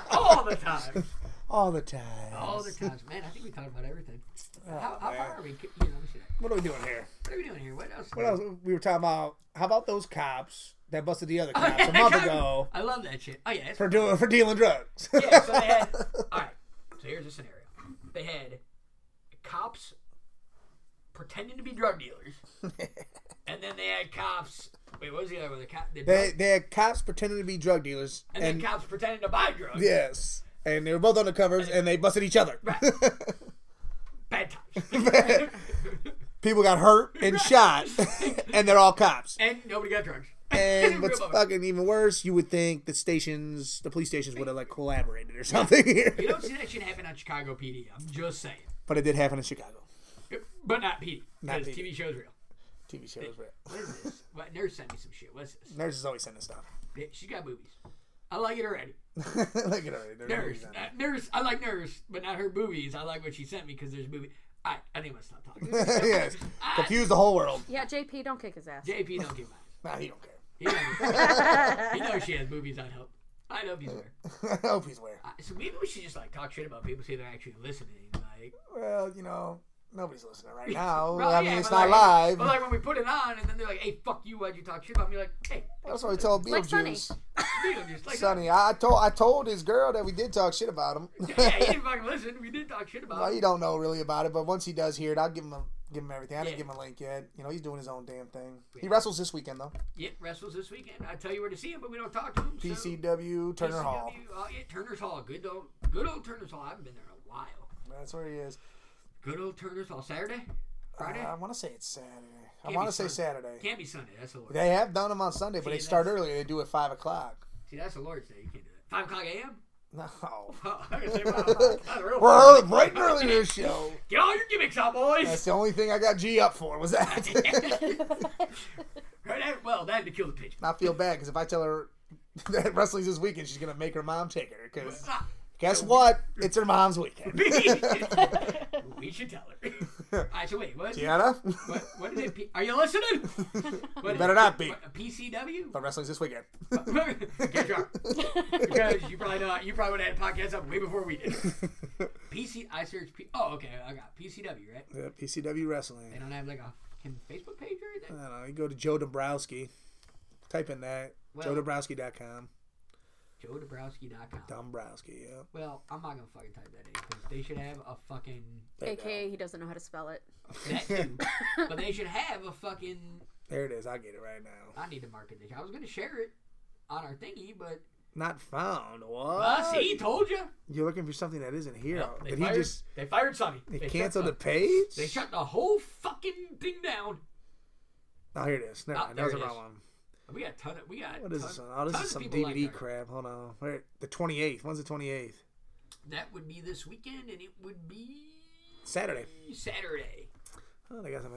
All the time. All the time. All the times, man. I think we talked about everything. Oh, how how far are we? You know, let me see that. What are we doing here? What are we doing here? What else? [LAUGHS] What else? We were talking about how about those cops that busted the other cops a month Oh, ago I love that shit. Oh yeah, it's for doing for dealing drugs. yeah, so they had. All right. So here's a scenario. They had cops pretending to be drug [LAUGHS] dealers, and then they had cops. Wait, what was the other one? The cop. The [LAUGHS] they, drug, they had cops pretending to be drug dealers, and then cops pretending to buy drugs. yes, and they were both undercovers, and they busted [LAUGHS] each other. Right. Bad times. People [LAUGHS] got hurt and shot, and they're all cops. and nobody got drugs. [LAUGHS] And [LAUGHS] what's Real bummer. fucking even worse, you would think the stations, the police stations, would have like collaborated or something here, You don't see that shit happen on Chicago PD. I'm just saying, but it did happen in Chicago. but not PD. Not Because PD. TV show's real. TV shows, but What is this? What nurse sent me some shit? What's this? nurses always sending stuff. [LAUGHS] Bitch, she got boobies. I like it already. Look at her. they're Nurse, movies on uh, it. nurse. I like nurse, but not her boobies. I like what she sent me because there's boobies. I, I think I'm gonna stop [LAUGHS] talking. [LAUGHS] yes, confuse the whole world. Yeah, JP, don't kick his ass. JP don't give mine. Nah, he don't care. [LAUGHS] He knows, he knows she has boobies. I'd hope. I'd hope he's there. I hope he's aware. Uh, so maybe we should just like talk shit about people, see if they're actually listening. Like, Well, you know, nobody's listening right now. [LAUGHS] Well, oh, I mean, yeah, it's but not like- live. But like when we put it on, and then they're like, "Hey, fuck you! Why'd you talk shit about me?" Like, hey, That's what we told Like Beetlejuice. Sonny. Beetlejuice, like, I I told I told his girl that we did talk shit about him. [LAUGHS] yeah, he didn't fucking listen. We did talk shit about. [LAUGHS] well, him. he don't know really about it, but once he does hear it, I'll give him a, give him everything. I didn't Yeah. give him a link yet. You know, he's doing his own damn thing. He wrestles this weekend though. Yeah, wrestles this weekend. I tell you where to see him, but we don't talk to him. so- PCW Turner Hall. PCW, Oh, yeah, Turner's Hall. Good old, good old Turner's Hall. I haven't been there in a while. That's where he is. Good old Turner's Hall. Saturday, Uh, Friday. I want to say it's Saturday. I Can't want be to say Sunday. Saturday. Can't be Sunday. That's the Lord. They have done them on Sunday, but See, they start that's- early. They do it five o'clock. See, that's the Lord's day. You can't do that. Five o'clock a.m. No, [LAUGHS] Oh, [LAUGHS] I gotta say, wow, that's real we're early, fun. bright and early to this show. Get all your gimmicks out, That's boys. the only thing I got G up for was that. [LAUGHS] Right there- well, that'd be kill the [LAUGHS] pigeon. I feel bad because if I tell her [LAUGHS] that wrestling's this weekend, she's gonna make her mom take her. Because guess what? It's her mom's weekend. [LAUGHS] we should tell her. [LAUGHS] All right, so wait, what? Deanna, [LAUGHS] What, what is it? P- Are you listening? What is better it? not be. What, a PCW? but Oh, wrestling's this weekend. [LAUGHS] Get drunk. because you probably know, you probably would have had podcasts up way before we did. PC, I searched. P- oh, okay, I got PCW right. Yeah, PCW They E wrestling. don't have like a fucking Facebook page or anything. I don't know. You go to Joe Dombrowski. Type in that. Well- JoeDombrowski.com. JoeDobrowski.com. Dombrowski. Yeah. Well, I'm not gonna fucking type that in because they should have a fucking AKA, he doesn't know how to spell it. that [LAUGHS] too. but they should have a fucking. There it is. I get it right now. I need to market this. I was gonna share it on our thingy, but Not found. What? uh, see, told you. You're looking for something that isn't here. They Did he fired. just they fired Sonny. they shut canceled the- the page? They shut the whole fucking thing down. Oh, here it is. Never Oh, mind. That was there the it wrong is. one. We got a ton of. We got. What is ton- this one? Oh, this tons is of some people like DVD that. crap. Hold on. Where the 28th? When's the 28th? That would be this weekend, and it would be Saturday. Saturday. Oh, they got some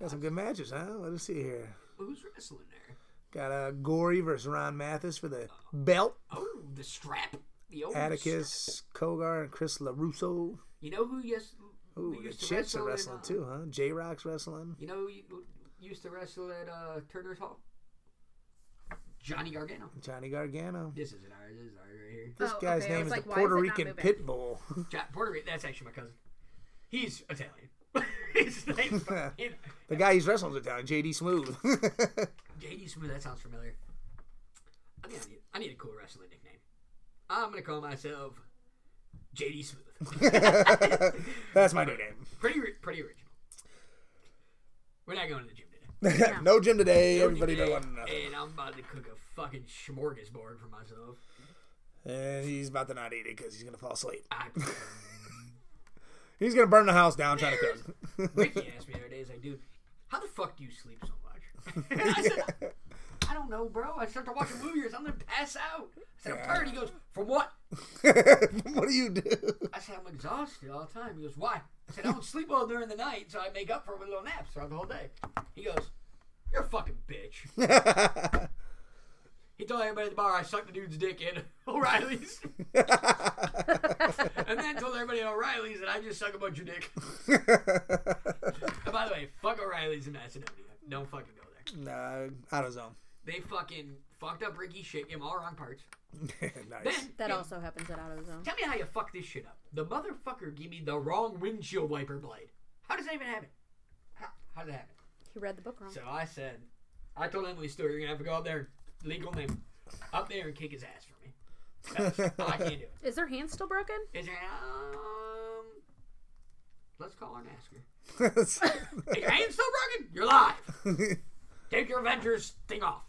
got some good matches, huh? Let us see here. Who's wrestling there? Got uh, Gory versus Ron Mathis for the belt. Oh, the strap. The old Atticus Kogar and Chris LaRusso. You know who used? who Ooh, the used to Chips are wrestle wrestling in, uh, too, huh? J Rock's wrestling. You know who u- used to wrestle at uh, Turner's Hall? Johnny Gargano. Johnny Gargano. This isn't ours. This is ours right here. This Oh, guy's okay, I name was is like, the why Puerto is it not Rican moving? Pitbull. John Puerto Rican. That's actually my cousin. He's Italian. [LAUGHS] His [LAUGHS] name's fucking- the guy he's wrestling is Italian, JD Smooth. [LAUGHS] JD Smooth. That sounds familiar. I think I need, I need a cool wrestling nickname. I'm gonna call myself JD [LAUGHS] Smooth. That's my new name. pretty, ri- pretty original. We're not going to the gym today. [LAUGHS] no gym today. Don't you Everybody today. doing one nothing. And I'm about to cook a fucking smorgasbord for myself. And he's about to not eat it because he's gonna fall asleep. I, He's gonna burn the house down trying to cook. [LAUGHS] Ricky asked me the other day, he's like, dude, how the fuck do you sleep so much? I said, I don't know, bro. I start to watch a movie or something, pass out. I said, I'm tired. He goes, from what? [LAUGHS] what do you do? I said, I'm exhausted all the time. He goes, why? I said, I don't sleep well during the night, so I make up for it with little naps throughout the whole day. He goes, you're a fucking bitch. He told everybody at the bar I sucked the dude's dick in [LAUGHS] O'Reilly's. and then told everybody at O'Reilly's that I just suck a bunch of dick. And by the way, fuck O'Reilly's in Macedonia. Don't fucking go there. nah, out of zone. [LAUGHS] They fucking fucked up Ricky, shit, gave him all wrong parts. nice. [LAUGHS] Then That he- also happens at AutoZone. Tell me how you fuck this shit up. The motherfucker gave me the wrong windshield wiper blade. How does that even happen? How, how did that happen? He read the book wrong. So I said, I told Emily Stewart, you're gonna have to go up there, and legal name, up there and kick his ass for me. That's- I can't do it. Is her hand still broken? Is there, um, let's call her and ask her. Is your hand still broken? You're live. Take your Avengers thing off.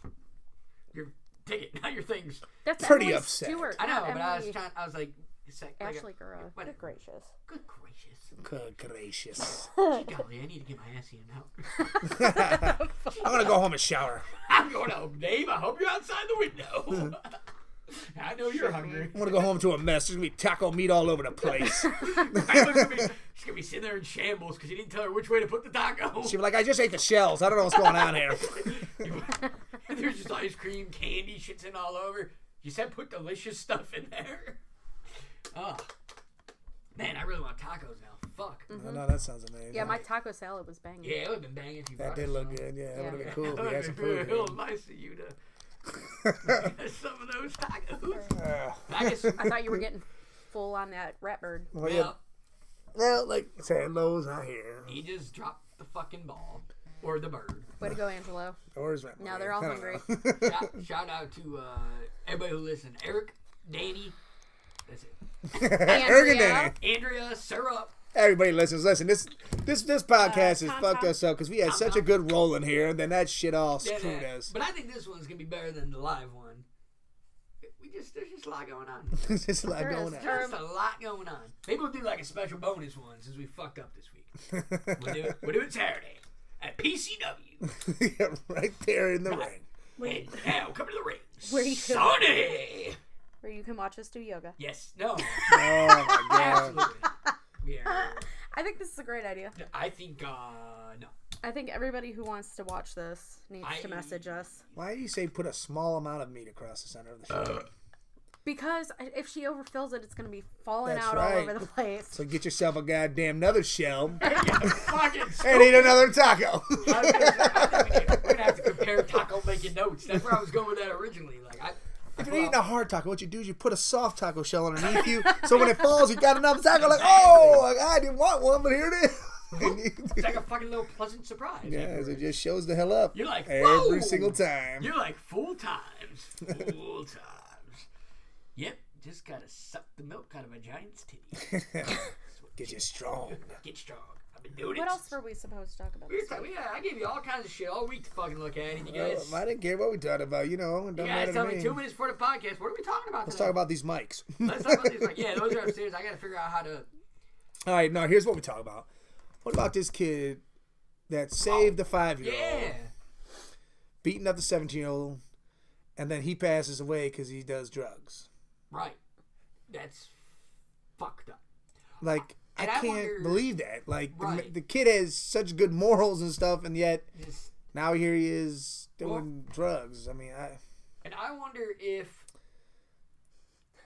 Your ticket, [LAUGHS] not your things. That's Pretty Emily upset. Stewart, I know, not but I was Emily- trying. I was like, it's like, like a- Ashley Gurra. Whatever. Good gracious. Good gracious. Good gracious. [LAUGHS] Gee, Golly, I need to get my ass eaten out. I'm gonna go home and shower. I'm going home, Dave. I hope you're outside the window. [LAUGHS] I know you're hungry. I'm gonna go home to a mess. There's gonna be taco meat all over the place. She's gonna, be, she's gonna be sitting there in shambles because you didn't tell her which way to put the [LAUGHS] taco. She'll be like, I just ate the shells. I don't know what's going on here. [LAUGHS] [LAUGHS] There's just ice cream, candy, shit's in all over. You said put delicious stuff in there. [LAUGHS] Oh, man, I really want tacos now. Fuck. I know that sounds amazing. Yeah, my taco salad was banging. Yeah, it would have been banging if you that brought did us look some. good. Yeah, that Yeah. would have been cool. if We That had some would be food. real [LAUGHS] nice of you to get some of those tacos. Uh, I [LAUGHS] just, I thought you were getting full on that ratbird. well, yeah. well, well, like saying those out here. he just dropped the fucking ball or the bird. Way to go, [LAUGHS] Angelo. Or is that Now they're all I don't know. [LAUGHS] Shout, shout out to uh, everybody who listened. Eric, Danny, that's it. Eric and Andrea. Danny. Andrea, Syrup. Everybody listens. Listen, this this this podcast has Uh, Tom, fucked Tom. us up because we had such a good roll in here, and then that shit all Yeah, screwed yeah. us. [LAUGHS] But I think this one's gonna be better than the live one. We just there's just a lot going on. There's just a lot There going is. [LAUGHS] on. Just a lot going on. Maybe we'll do like a special bonus one since we fucked up this week. We'll do it. We'll do it Saturday at PCW. yeah, right there in the ring. Wait, now come to the ring. Where you- Sunday. Where you can watch us do yoga. Yes. No. Oh my god. Absolutely. We are. I think this is a great idea. I think. uh No. I think everybody who wants to watch this needs I- to message us Why do you say put a small amount of meat across the center of the show? because I- if she overfills it, it's going to be falling That's out all right. over the place. so get yourself a goddamn another shell Fucking and stupid. eat another taco. [LAUGHS] I was gonna say, I think we need- We're gonna have to compare taco making notes. That's where I was going with that originally. Like I. if you're eating a hard taco, what you do is you put a soft taco shell underneath you, so when it falls, you got another taco. Like, oh, I didn't want one, but here it is. [LAUGHS] And you- It's like a fucking little pleasant surprise. yeah, so it just shows the hell up. You're like, "Whoa!" every single time. You're like full times, full times. Yep, just gotta suck the milk out of a giant's titty. Get you strong. Get strong. I've been doing it. What else were we supposed to talk about? We were This talking- yeah, I gave you all kinds of shit all week to fucking look at, and you Oh, guys, I didn't care what we talked about. You know, it you doesn't guys matter tell to me me. two minutes before the podcast. What are we talking about? Let's talk about these mics. Let's talk [LAUGHS] about these. Like, yeah, those are upstairs. I gotta figure out how to. All right, now here's what we talk about. What about this kid that saved the five year old, Yeah. beating up the 17 year old, and then he passes away because he does drugs? Right. That's fucked up. Like, I And I can't wonder- believe that. Like, the- Right. the, kid has such good morals and stuff, and yet Just, now here he is doing drugs. I mean, I. and I wonder if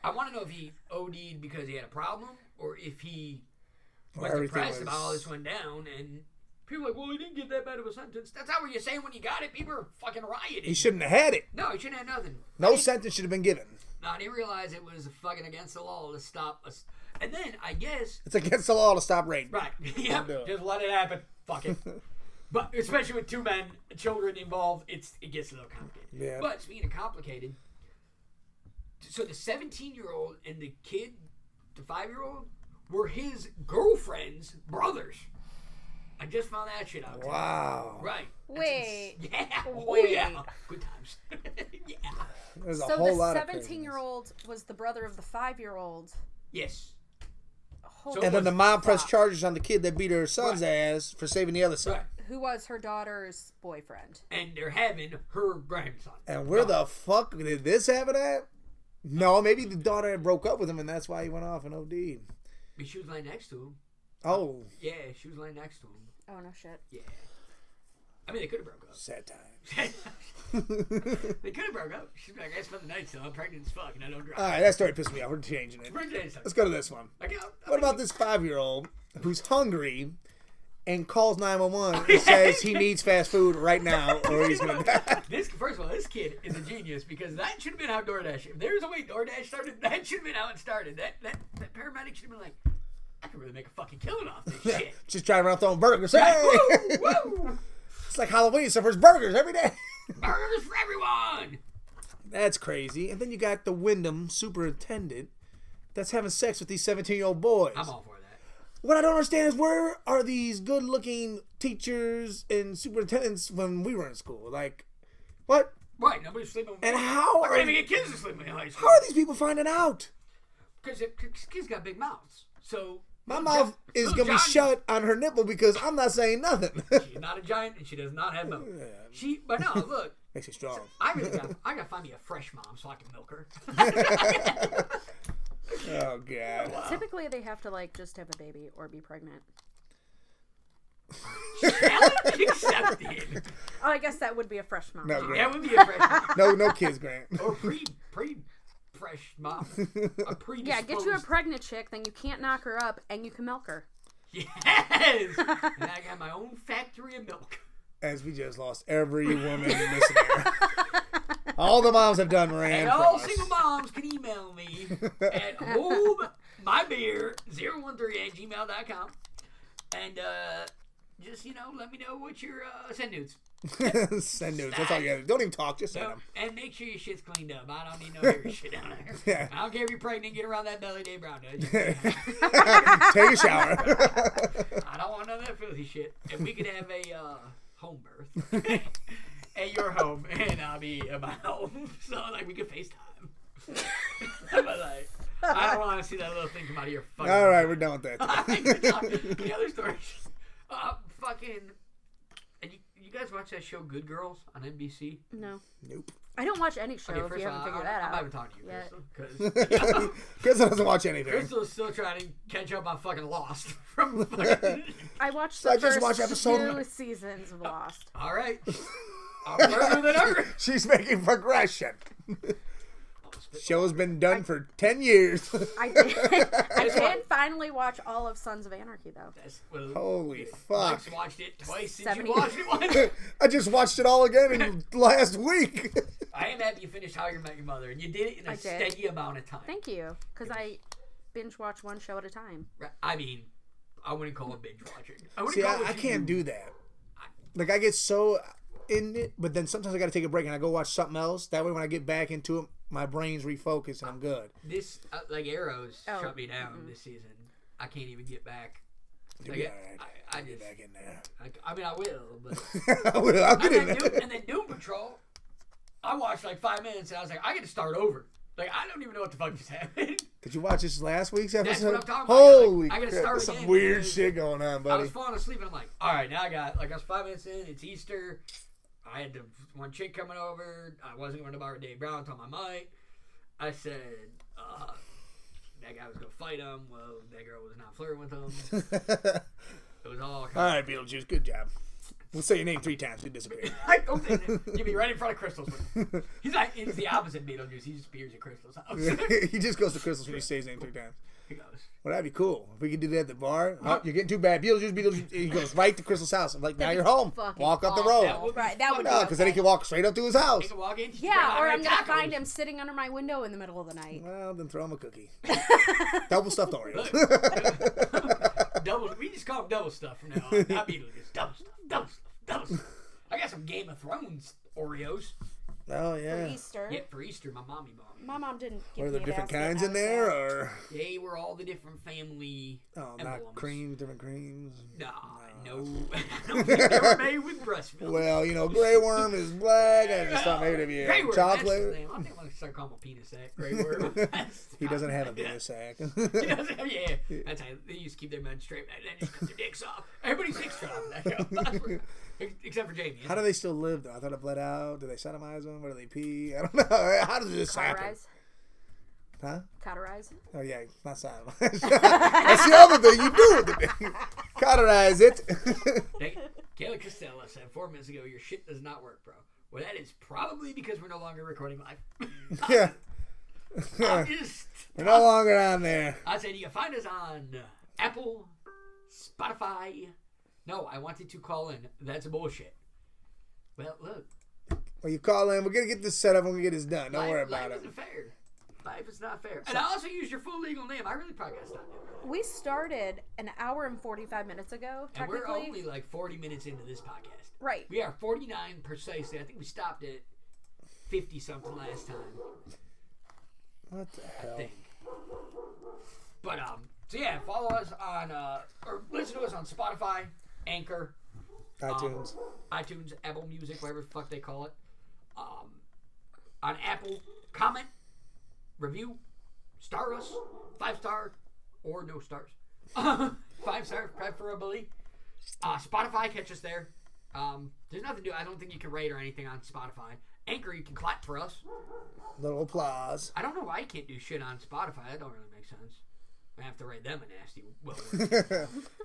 I want to know if he OD'd because he had a problem or if he well, was everything depressed about all was- this went down and people are like, well, he didn't get that bad of a sentence. That's not what you're saying when you got it. People are fucking rioting. He shouldn't have had it. no, he shouldn't have nothing. No sentence should have been given. No, he realized it was fucking against the law to stop us. And then I guess It's against the law to stop raping. Right. [LAUGHS] yep. do it. Just let it happen. Fuck [LAUGHS] it. but especially with two men, children involved, it's it gets a little complicated. Yeah. But speaking of complicated, so the 17 year old and the kid, the five year old, were his girlfriend's brothers. I just found that shit out. today. Wow. Right. That's Wait. ins- [LAUGHS] yeah. Oh, Wait. yeah. Good times. [LAUGHS] yeah. There's a so whole the lot of craziness. seventeen-year-old was the brother of the five-year-old. Yes. Holy So- And then the mom pressed fuck. charges on the kid that beat her son's ass for saving the other son. Right. who was her daughter's boyfriend. and they're having her grandson. And where the fuck did this happen at? No, maybe the daughter had broke up with him, and that's why he went off and OD'd. But she was laying next to him. Oh, Yeah, she was laying next to him. Oh no shit. Yeah. I mean, they could have [LAUGHS] broke up. sad time. they could have broke up. She's like, I spent the night, so I'm pregnant as fuck, and I don't drive. All right, that story pissed me off. We're changing it. Bring it in, son. Uh, Let's go to this one. Okay, What about this five-year-old who's hungry and [LAUGHS] calls 911 and says he needs fast food right now or he's gonna die? This first of all, this kid is a genius because that should have been how DoorDash. If there's a way DoorDash started, [LAUGHS] that should have been how it started. That that, that paramedic should have been like, I could really make a fucking killing off this shit. Just driving around throwing burgers. [LAUGHS] Hey! woo, woo! It's like Halloween, so there's burgers every day. Burgers for everyone. That's crazy. And then you got the Wyndham superintendent that's having sex with these 17 year old boys. I'm all for that. What I don't understand is where are these good looking teachers and superintendents when we were in school? Like, what? Right, nobody's sleeping. And how I are, can't even get kids to sleep in high how school are these people finding out? because kids got big mouths. So My Little mouth Jo- is Little going to be Johnny- shut on her nipple because I'm not saying nothing. [LAUGHS] She's not a giant, and she does not have milk. She, but no, look, Makes you [LAUGHS] strong. I really got, I gotta find me a fresh mom so I can milk [LAUGHS] her. Oh, [LAUGHS] Uh. God. Typically, they have to like just have a baby or be pregnant. Challenge accepted. Oh, I guess that would be a fresh mom. No, That Grant. would be a fresh. mom. No, no kids, Grant. [LAUGHS] or pre pre fresh mom. A pre Yeah, get you a pregnant chick, then you can't knock her up, and you can milk her. [LAUGHS] yes. and I got my own factory of milk. As we just lost every woman in this [LAUGHS] era. All the moms have done ran And for all us. single [LAUGHS] moms can email me at homemybeer013 at gmail.com. And uh, just, you know, let me know what your uh, send nudes. send nudes. That's all you gotta do. Don't even talk. Just send So, them. and make sure your shit's cleaned up. I don't need no [LAUGHS] hairy shit down there. Yeah. I don't care if you're pregnant, get around that belly, Dave Brown does. [LAUGHS] Take a shower. [LAUGHS] I don't want none of that filthy shit. If we could have a uh, home birth [LAUGHS] at your home, and I'll be at my home, [LAUGHS] so like we could FaceTime. [LAUGHS] but like, I don't want to see that little thing come out of your fucking. all right, we're [LAUGHS] done with that. the other story, is, uh, fucking. And you, you guys watch that show Good Girls on NBC? No, Nope. I don't watch any show Okay, if first you of all, haven't figured I'm, that I'm not even talking to you, out. yet. Crystal, because Crystal doesn't watch anything. Crystal's still trying to catch up on fucking Lost [LAUGHS] from fucking. I watched I the just first watched episode two one. seasons of [LAUGHS] Lost. All right. I'm further than ever. She's making progression. Show's been done for ten years. [LAUGHS] I did. I did finally watch all of Sons of Anarchy though. That's, well, Holy fuck! Mike's watched it twice since Seventy- you watched it once. [LAUGHS] I just watched it all again in last week. [LAUGHS] I am happy you finished How You Met Your Mother, and you did it in a I did. steady amount of time. Thank you, because I binge watch one show at a time. Right. I mean, I wouldn't call it binge watching. I wouldn't See, call I, it I you- can't do that. Like I get so in it, but then sometimes I gotta take a break and I go watch something else. That way, when I get back into it, my brain's refocused and I'm good. This, uh, like, Arrows Oh, shut me down this season. I can't even get back. You'll Like, be all right. I, I, I just, Back in there. [LAUGHS] I, I mean, I will, but. I will. I'll get and, then in there. Doom, and then Doom Patrol, I watched like five minutes, and I was like, I gotta start over. Like, I don't even know what the fuck just [LAUGHS] happened. [LAUGHS] Did you watch this last week's episode? That's what I'm talking about. Holy I gotta crap! start There's some again weird because shit going on, I buddy. was falling asleep, and I'm like, all right, now I got like I was five minutes in. It's Easter. I had the one chick coming over. I wasn't going to borrow Dave Brown until my mic. I said uh, that guy was going to fight him. Well, that girl was not flirting with him. it was all [LAUGHS] All kind right, Beetlejuice, good job. We'll say your name three times. We [LAUGHS] disappear. [LAUGHS] of. I don't think that- You'd be right in front of Crystal's. room. He's like he's the opposite Beetlejuice. He just appears at Crystal's house. [LAUGHS] he he just goes to Crystal's when he says his name three times. goes. Well, that'd be cool if we could do that at the bar. Oh, you're getting too bad, Beetlejuice. Beetlejuice. He goes right to Crystal's house. I'm like, now you're home. Fucking Walk up the awful. That road. would be Right, that would No, fucking- because then he can walk straight up to his He house. can walk in. she's Yeah, got or hot I'm gonna tacos. find him sitting under my window in the middle of the night. Well, then throw him [LAUGHS] a cookie. Double stuffed Oreos. double. We just call them double stuff from now on. [LAUGHS] Not Beetlejuice. Double stuff. Double stuff. Double stuff. I got some Game of Thrones Oreos. Oh for yeah. Easter. Yeah, for Easter, my mommy bought me. My mom didn't. Give Were there me a different basket. kinds I in was there, like, or They were all the different family. oh, emblems. not creams, different creams? Nah, no. [LAUGHS] I don't think they were made with breast milk. Well, you know, Grey Worm is black. I just thought maybe it'd be Grey a worm, that's his chocolate. name. I think I'm gonna start calling him a penis sack. Grey worm. [LAUGHS] That's- [LAUGHS] He doesn't have a penis [LAUGHS] sack. That's Doesn't have- yeah, that's how they used to keep their men straight and then just cut their dicks off. Everybody's dicks cut off. That's [LAUGHS] where- Except for Jamie. How do they still live though? I thought it bled out. Do they sodomize them? Where do they pee? I don't know. [LAUGHS] How does this happen? Cauterize. Huh? Cauterize. Oh yeah, not sodomize. [LAUGHS] That's the other thing you do with the thing. Cauterize it. [LAUGHS] Hey, Kayla Costello said four minutes ago, your shit does not work, bro. Well, that is probably because we're no longer recording live. [LAUGHS] yeah. I'm just- We're no longer on there. I said you can find us on Apple, Spotify. No, I wanted to call in. That's bullshit. Well, look, Well, you call in. We're gonna get this set up when we get this done. Don't life, worry about life it. isn't fair. Life is not fair. And I also used your full legal name. I really probably got to stop doing that. We started an hour and forty-five minutes ago. And Technically, we're only like 40 minutes into this podcast. right? We are 49 precisely. I think we stopped at 50 something last time. What the I hell? think. But, um, so yeah, follow us on, uh, or listen to us on Spotify, Anchor, iTunes. iTunes, Apple Music, whatever the fuck they call it. Um, on Apple, comment, review, star us, five star or no stars. [LAUGHS] five star, preferably. Uh, Spotify, catch us there. Um, there's nothing to do. I don't think you can rate or anything on Spotify. Anchor, you can clap for us. Little applause. I don't know why you can't do shit on Spotify. That don't really make sense. I have to write them a nasty. Well,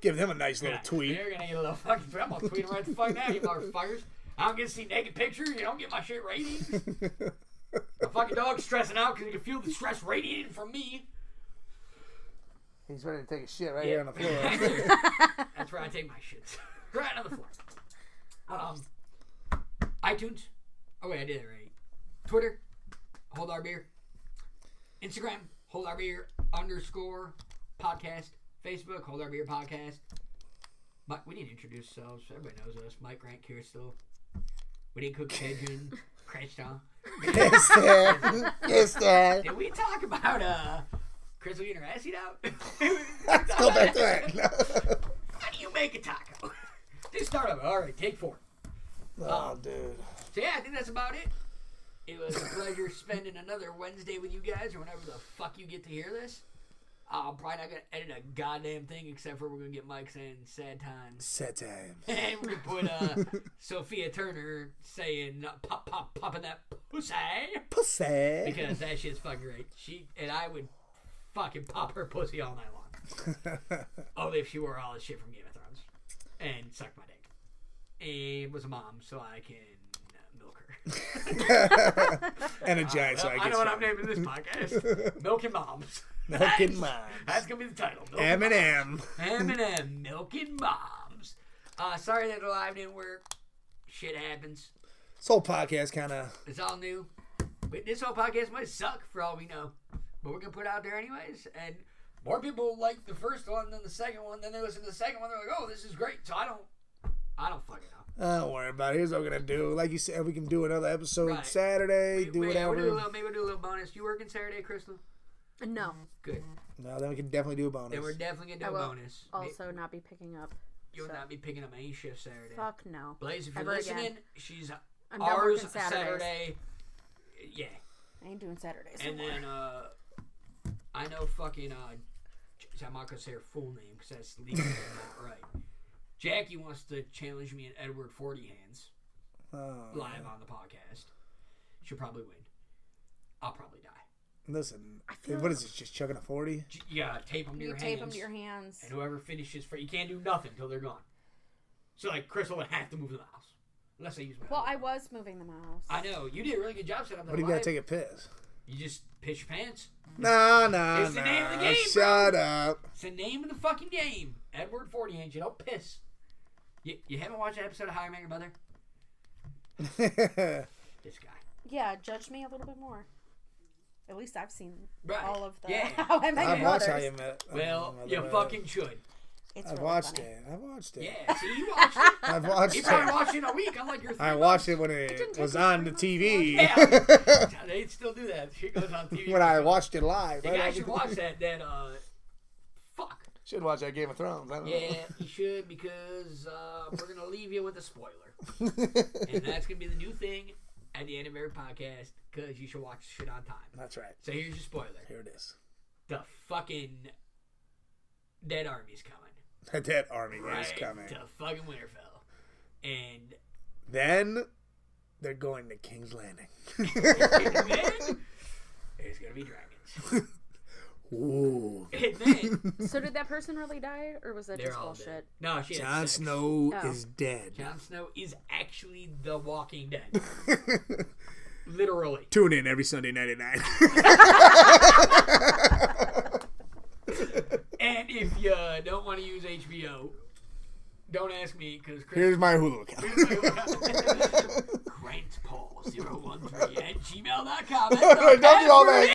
Give them a nice little tweet. They're gonna get a little fucking. I'm gonna tweet right the fuck now, you motherfuckers. I don't get to see naked pictures. You don't get my shit ratings. My fucking dog's stressing out because he can feel the stress radiating from me. He's ready to take a shit right here on the floor. [LAUGHS] That's where I take my shit. [LAUGHS] right on the floor. Um, iTunes. Oh wait, I did it right. Twitter. Hold our beer. Instagram. Hold our beer underscore podcast. Facebook. Hold our beer podcast. Mike, we need to introduce ourselves. Everybody knows us. Mike Grant Kirsten. We didn't cook pigeon. Crenshaw. [LAUGHS] yes, Dad. Yes, Dad. Did we talk about uh Crystal Unit acid [LAUGHS] out? [LAUGHS] Go back to that. How do you make a [LAUGHS] taco? Just start over. All right, take four. [LAUGHS] oh, dude. So yeah, I think that's about it. It was a pleasure spending another Wednesday with you guys, or whenever the fuck you get to hear this. I'm probably not gonna edit a goddamn thing except for we're gonna get Mike saying sad times, [LAUGHS] Set time. and we're gonna put [LAUGHS] uh, Sophia Turner saying uh, pop pop popping that pussy Pussy. because that shit's fucking great. She and I would fucking pop her pussy all night long. [LAUGHS] Only if she wore all this shit from Game of Thrones and sucked my dick. And was a mom, so I can uh, milk her. and a Well, giant so [LAUGHS] I I can know what say. I'm naming this [LAUGHS] podcast. Milking Moms. Milking Moms. That's gonna be the title. Milking Eminem. Moms. Eminem. Milking Moms. Uh, sorry that the live didn't work. Shit happens. This whole podcast kind of. It's all new. But this whole podcast might suck for all we know. But we're gonna put it out there anyways. And more people like the first one than the second one. Then they listen to the second one. They're like, oh, this is great. So I don't. I don't fucking know. Don't worry about it. Here's what we're gonna do. Like you said, we can do another episode Right. Saturday. do Wait, whatever. We'll do a little, maybe we'll do a little bonus. You working Saturday, Crystal? No. Good. no, then we can definitely do a bonus. Then we're definitely gonna I do a will bonus. May- Also, not be picking up. You will So- not be picking up any shift Saturday. Fuck no. Blaze, if you're Ever listening, again. she's I'm not ours working Saturdays. Saturday. Yeah. I ain't doing Saturdays. And then uh, I know fucking uh, J- I'm not gonna say her full name because that's legally not right. Jackie wants to challenge me in Edward Forty Hands Oh, live on the podcast. She'll probably win. I'll probably die. listen, what is this? Just chugging a forty? J- Yeah, tape them to you your hands. tape them to your hands. And whoever finishes for you can't do nothing until they're gone. So like Crystal would have to move to the house unless I use my. Well, own. I was moving the mouse. I know you did a really good job setting up that. What do you gotta live. take a piss? You just piss your pants. Nah, nah, It's nah. the name of the game, bro. Shut up. It's the name of the fucking game. Edward Forty Hands. You don't piss. You, you haven't watched an episode of How I Met Your Mother? [LAUGHS] This guy. Yeah, judge me a little bit more. At least I've seen Right. all of the Yeah. [LAUGHS] how I met I your watched mothers. how you met. Well, um, you uh, fucking should. It's I've really watched funny. it. I watched it. Yeah, [LAUGHS] see, you watched it. [LAUGHS] I've watched You it. probably watched it in a week. I'm like, you're I three watched it when it, didn't take was me on very the much TV. [LAUGHS] months. Yeah, they still do that. She goes on TV. when I watched it live. Yeah, right? [LAUGHS] I should watch that. That uh, fuck. Should watch that Game of Thrones. I don't Yeah, you should because uh, we're gonna leave you with a spoiler, know. [LAUGHS] and that's gonna be the new thing at the end of every podcast because you should watch shit on time. That's right. So here's your spoiler: Here it is. [LAUGHS] the fucking dead army's coming. That army is Right coming. to fucking Winterfell, [LAUGHS] and Then they're going to King's [LAUGHS] Landing. and then there's gonna be dragons. [LAUGHS] Ooh. And then So did that person really die, or was that they're just all bullshit? dead. No, she had Jon sex. Snow Oh. is dead. Jon Snow is actually the Walking Dead, literally. [LAUGHS] Tune in every Sunday night at nine. And if you uh, don't want to use HBO, don't ask me because Chris. [LAUGHS] Here's my Hulu account. [LAUGHS] Grant Paul 013 at gmail.com. Don't do all that.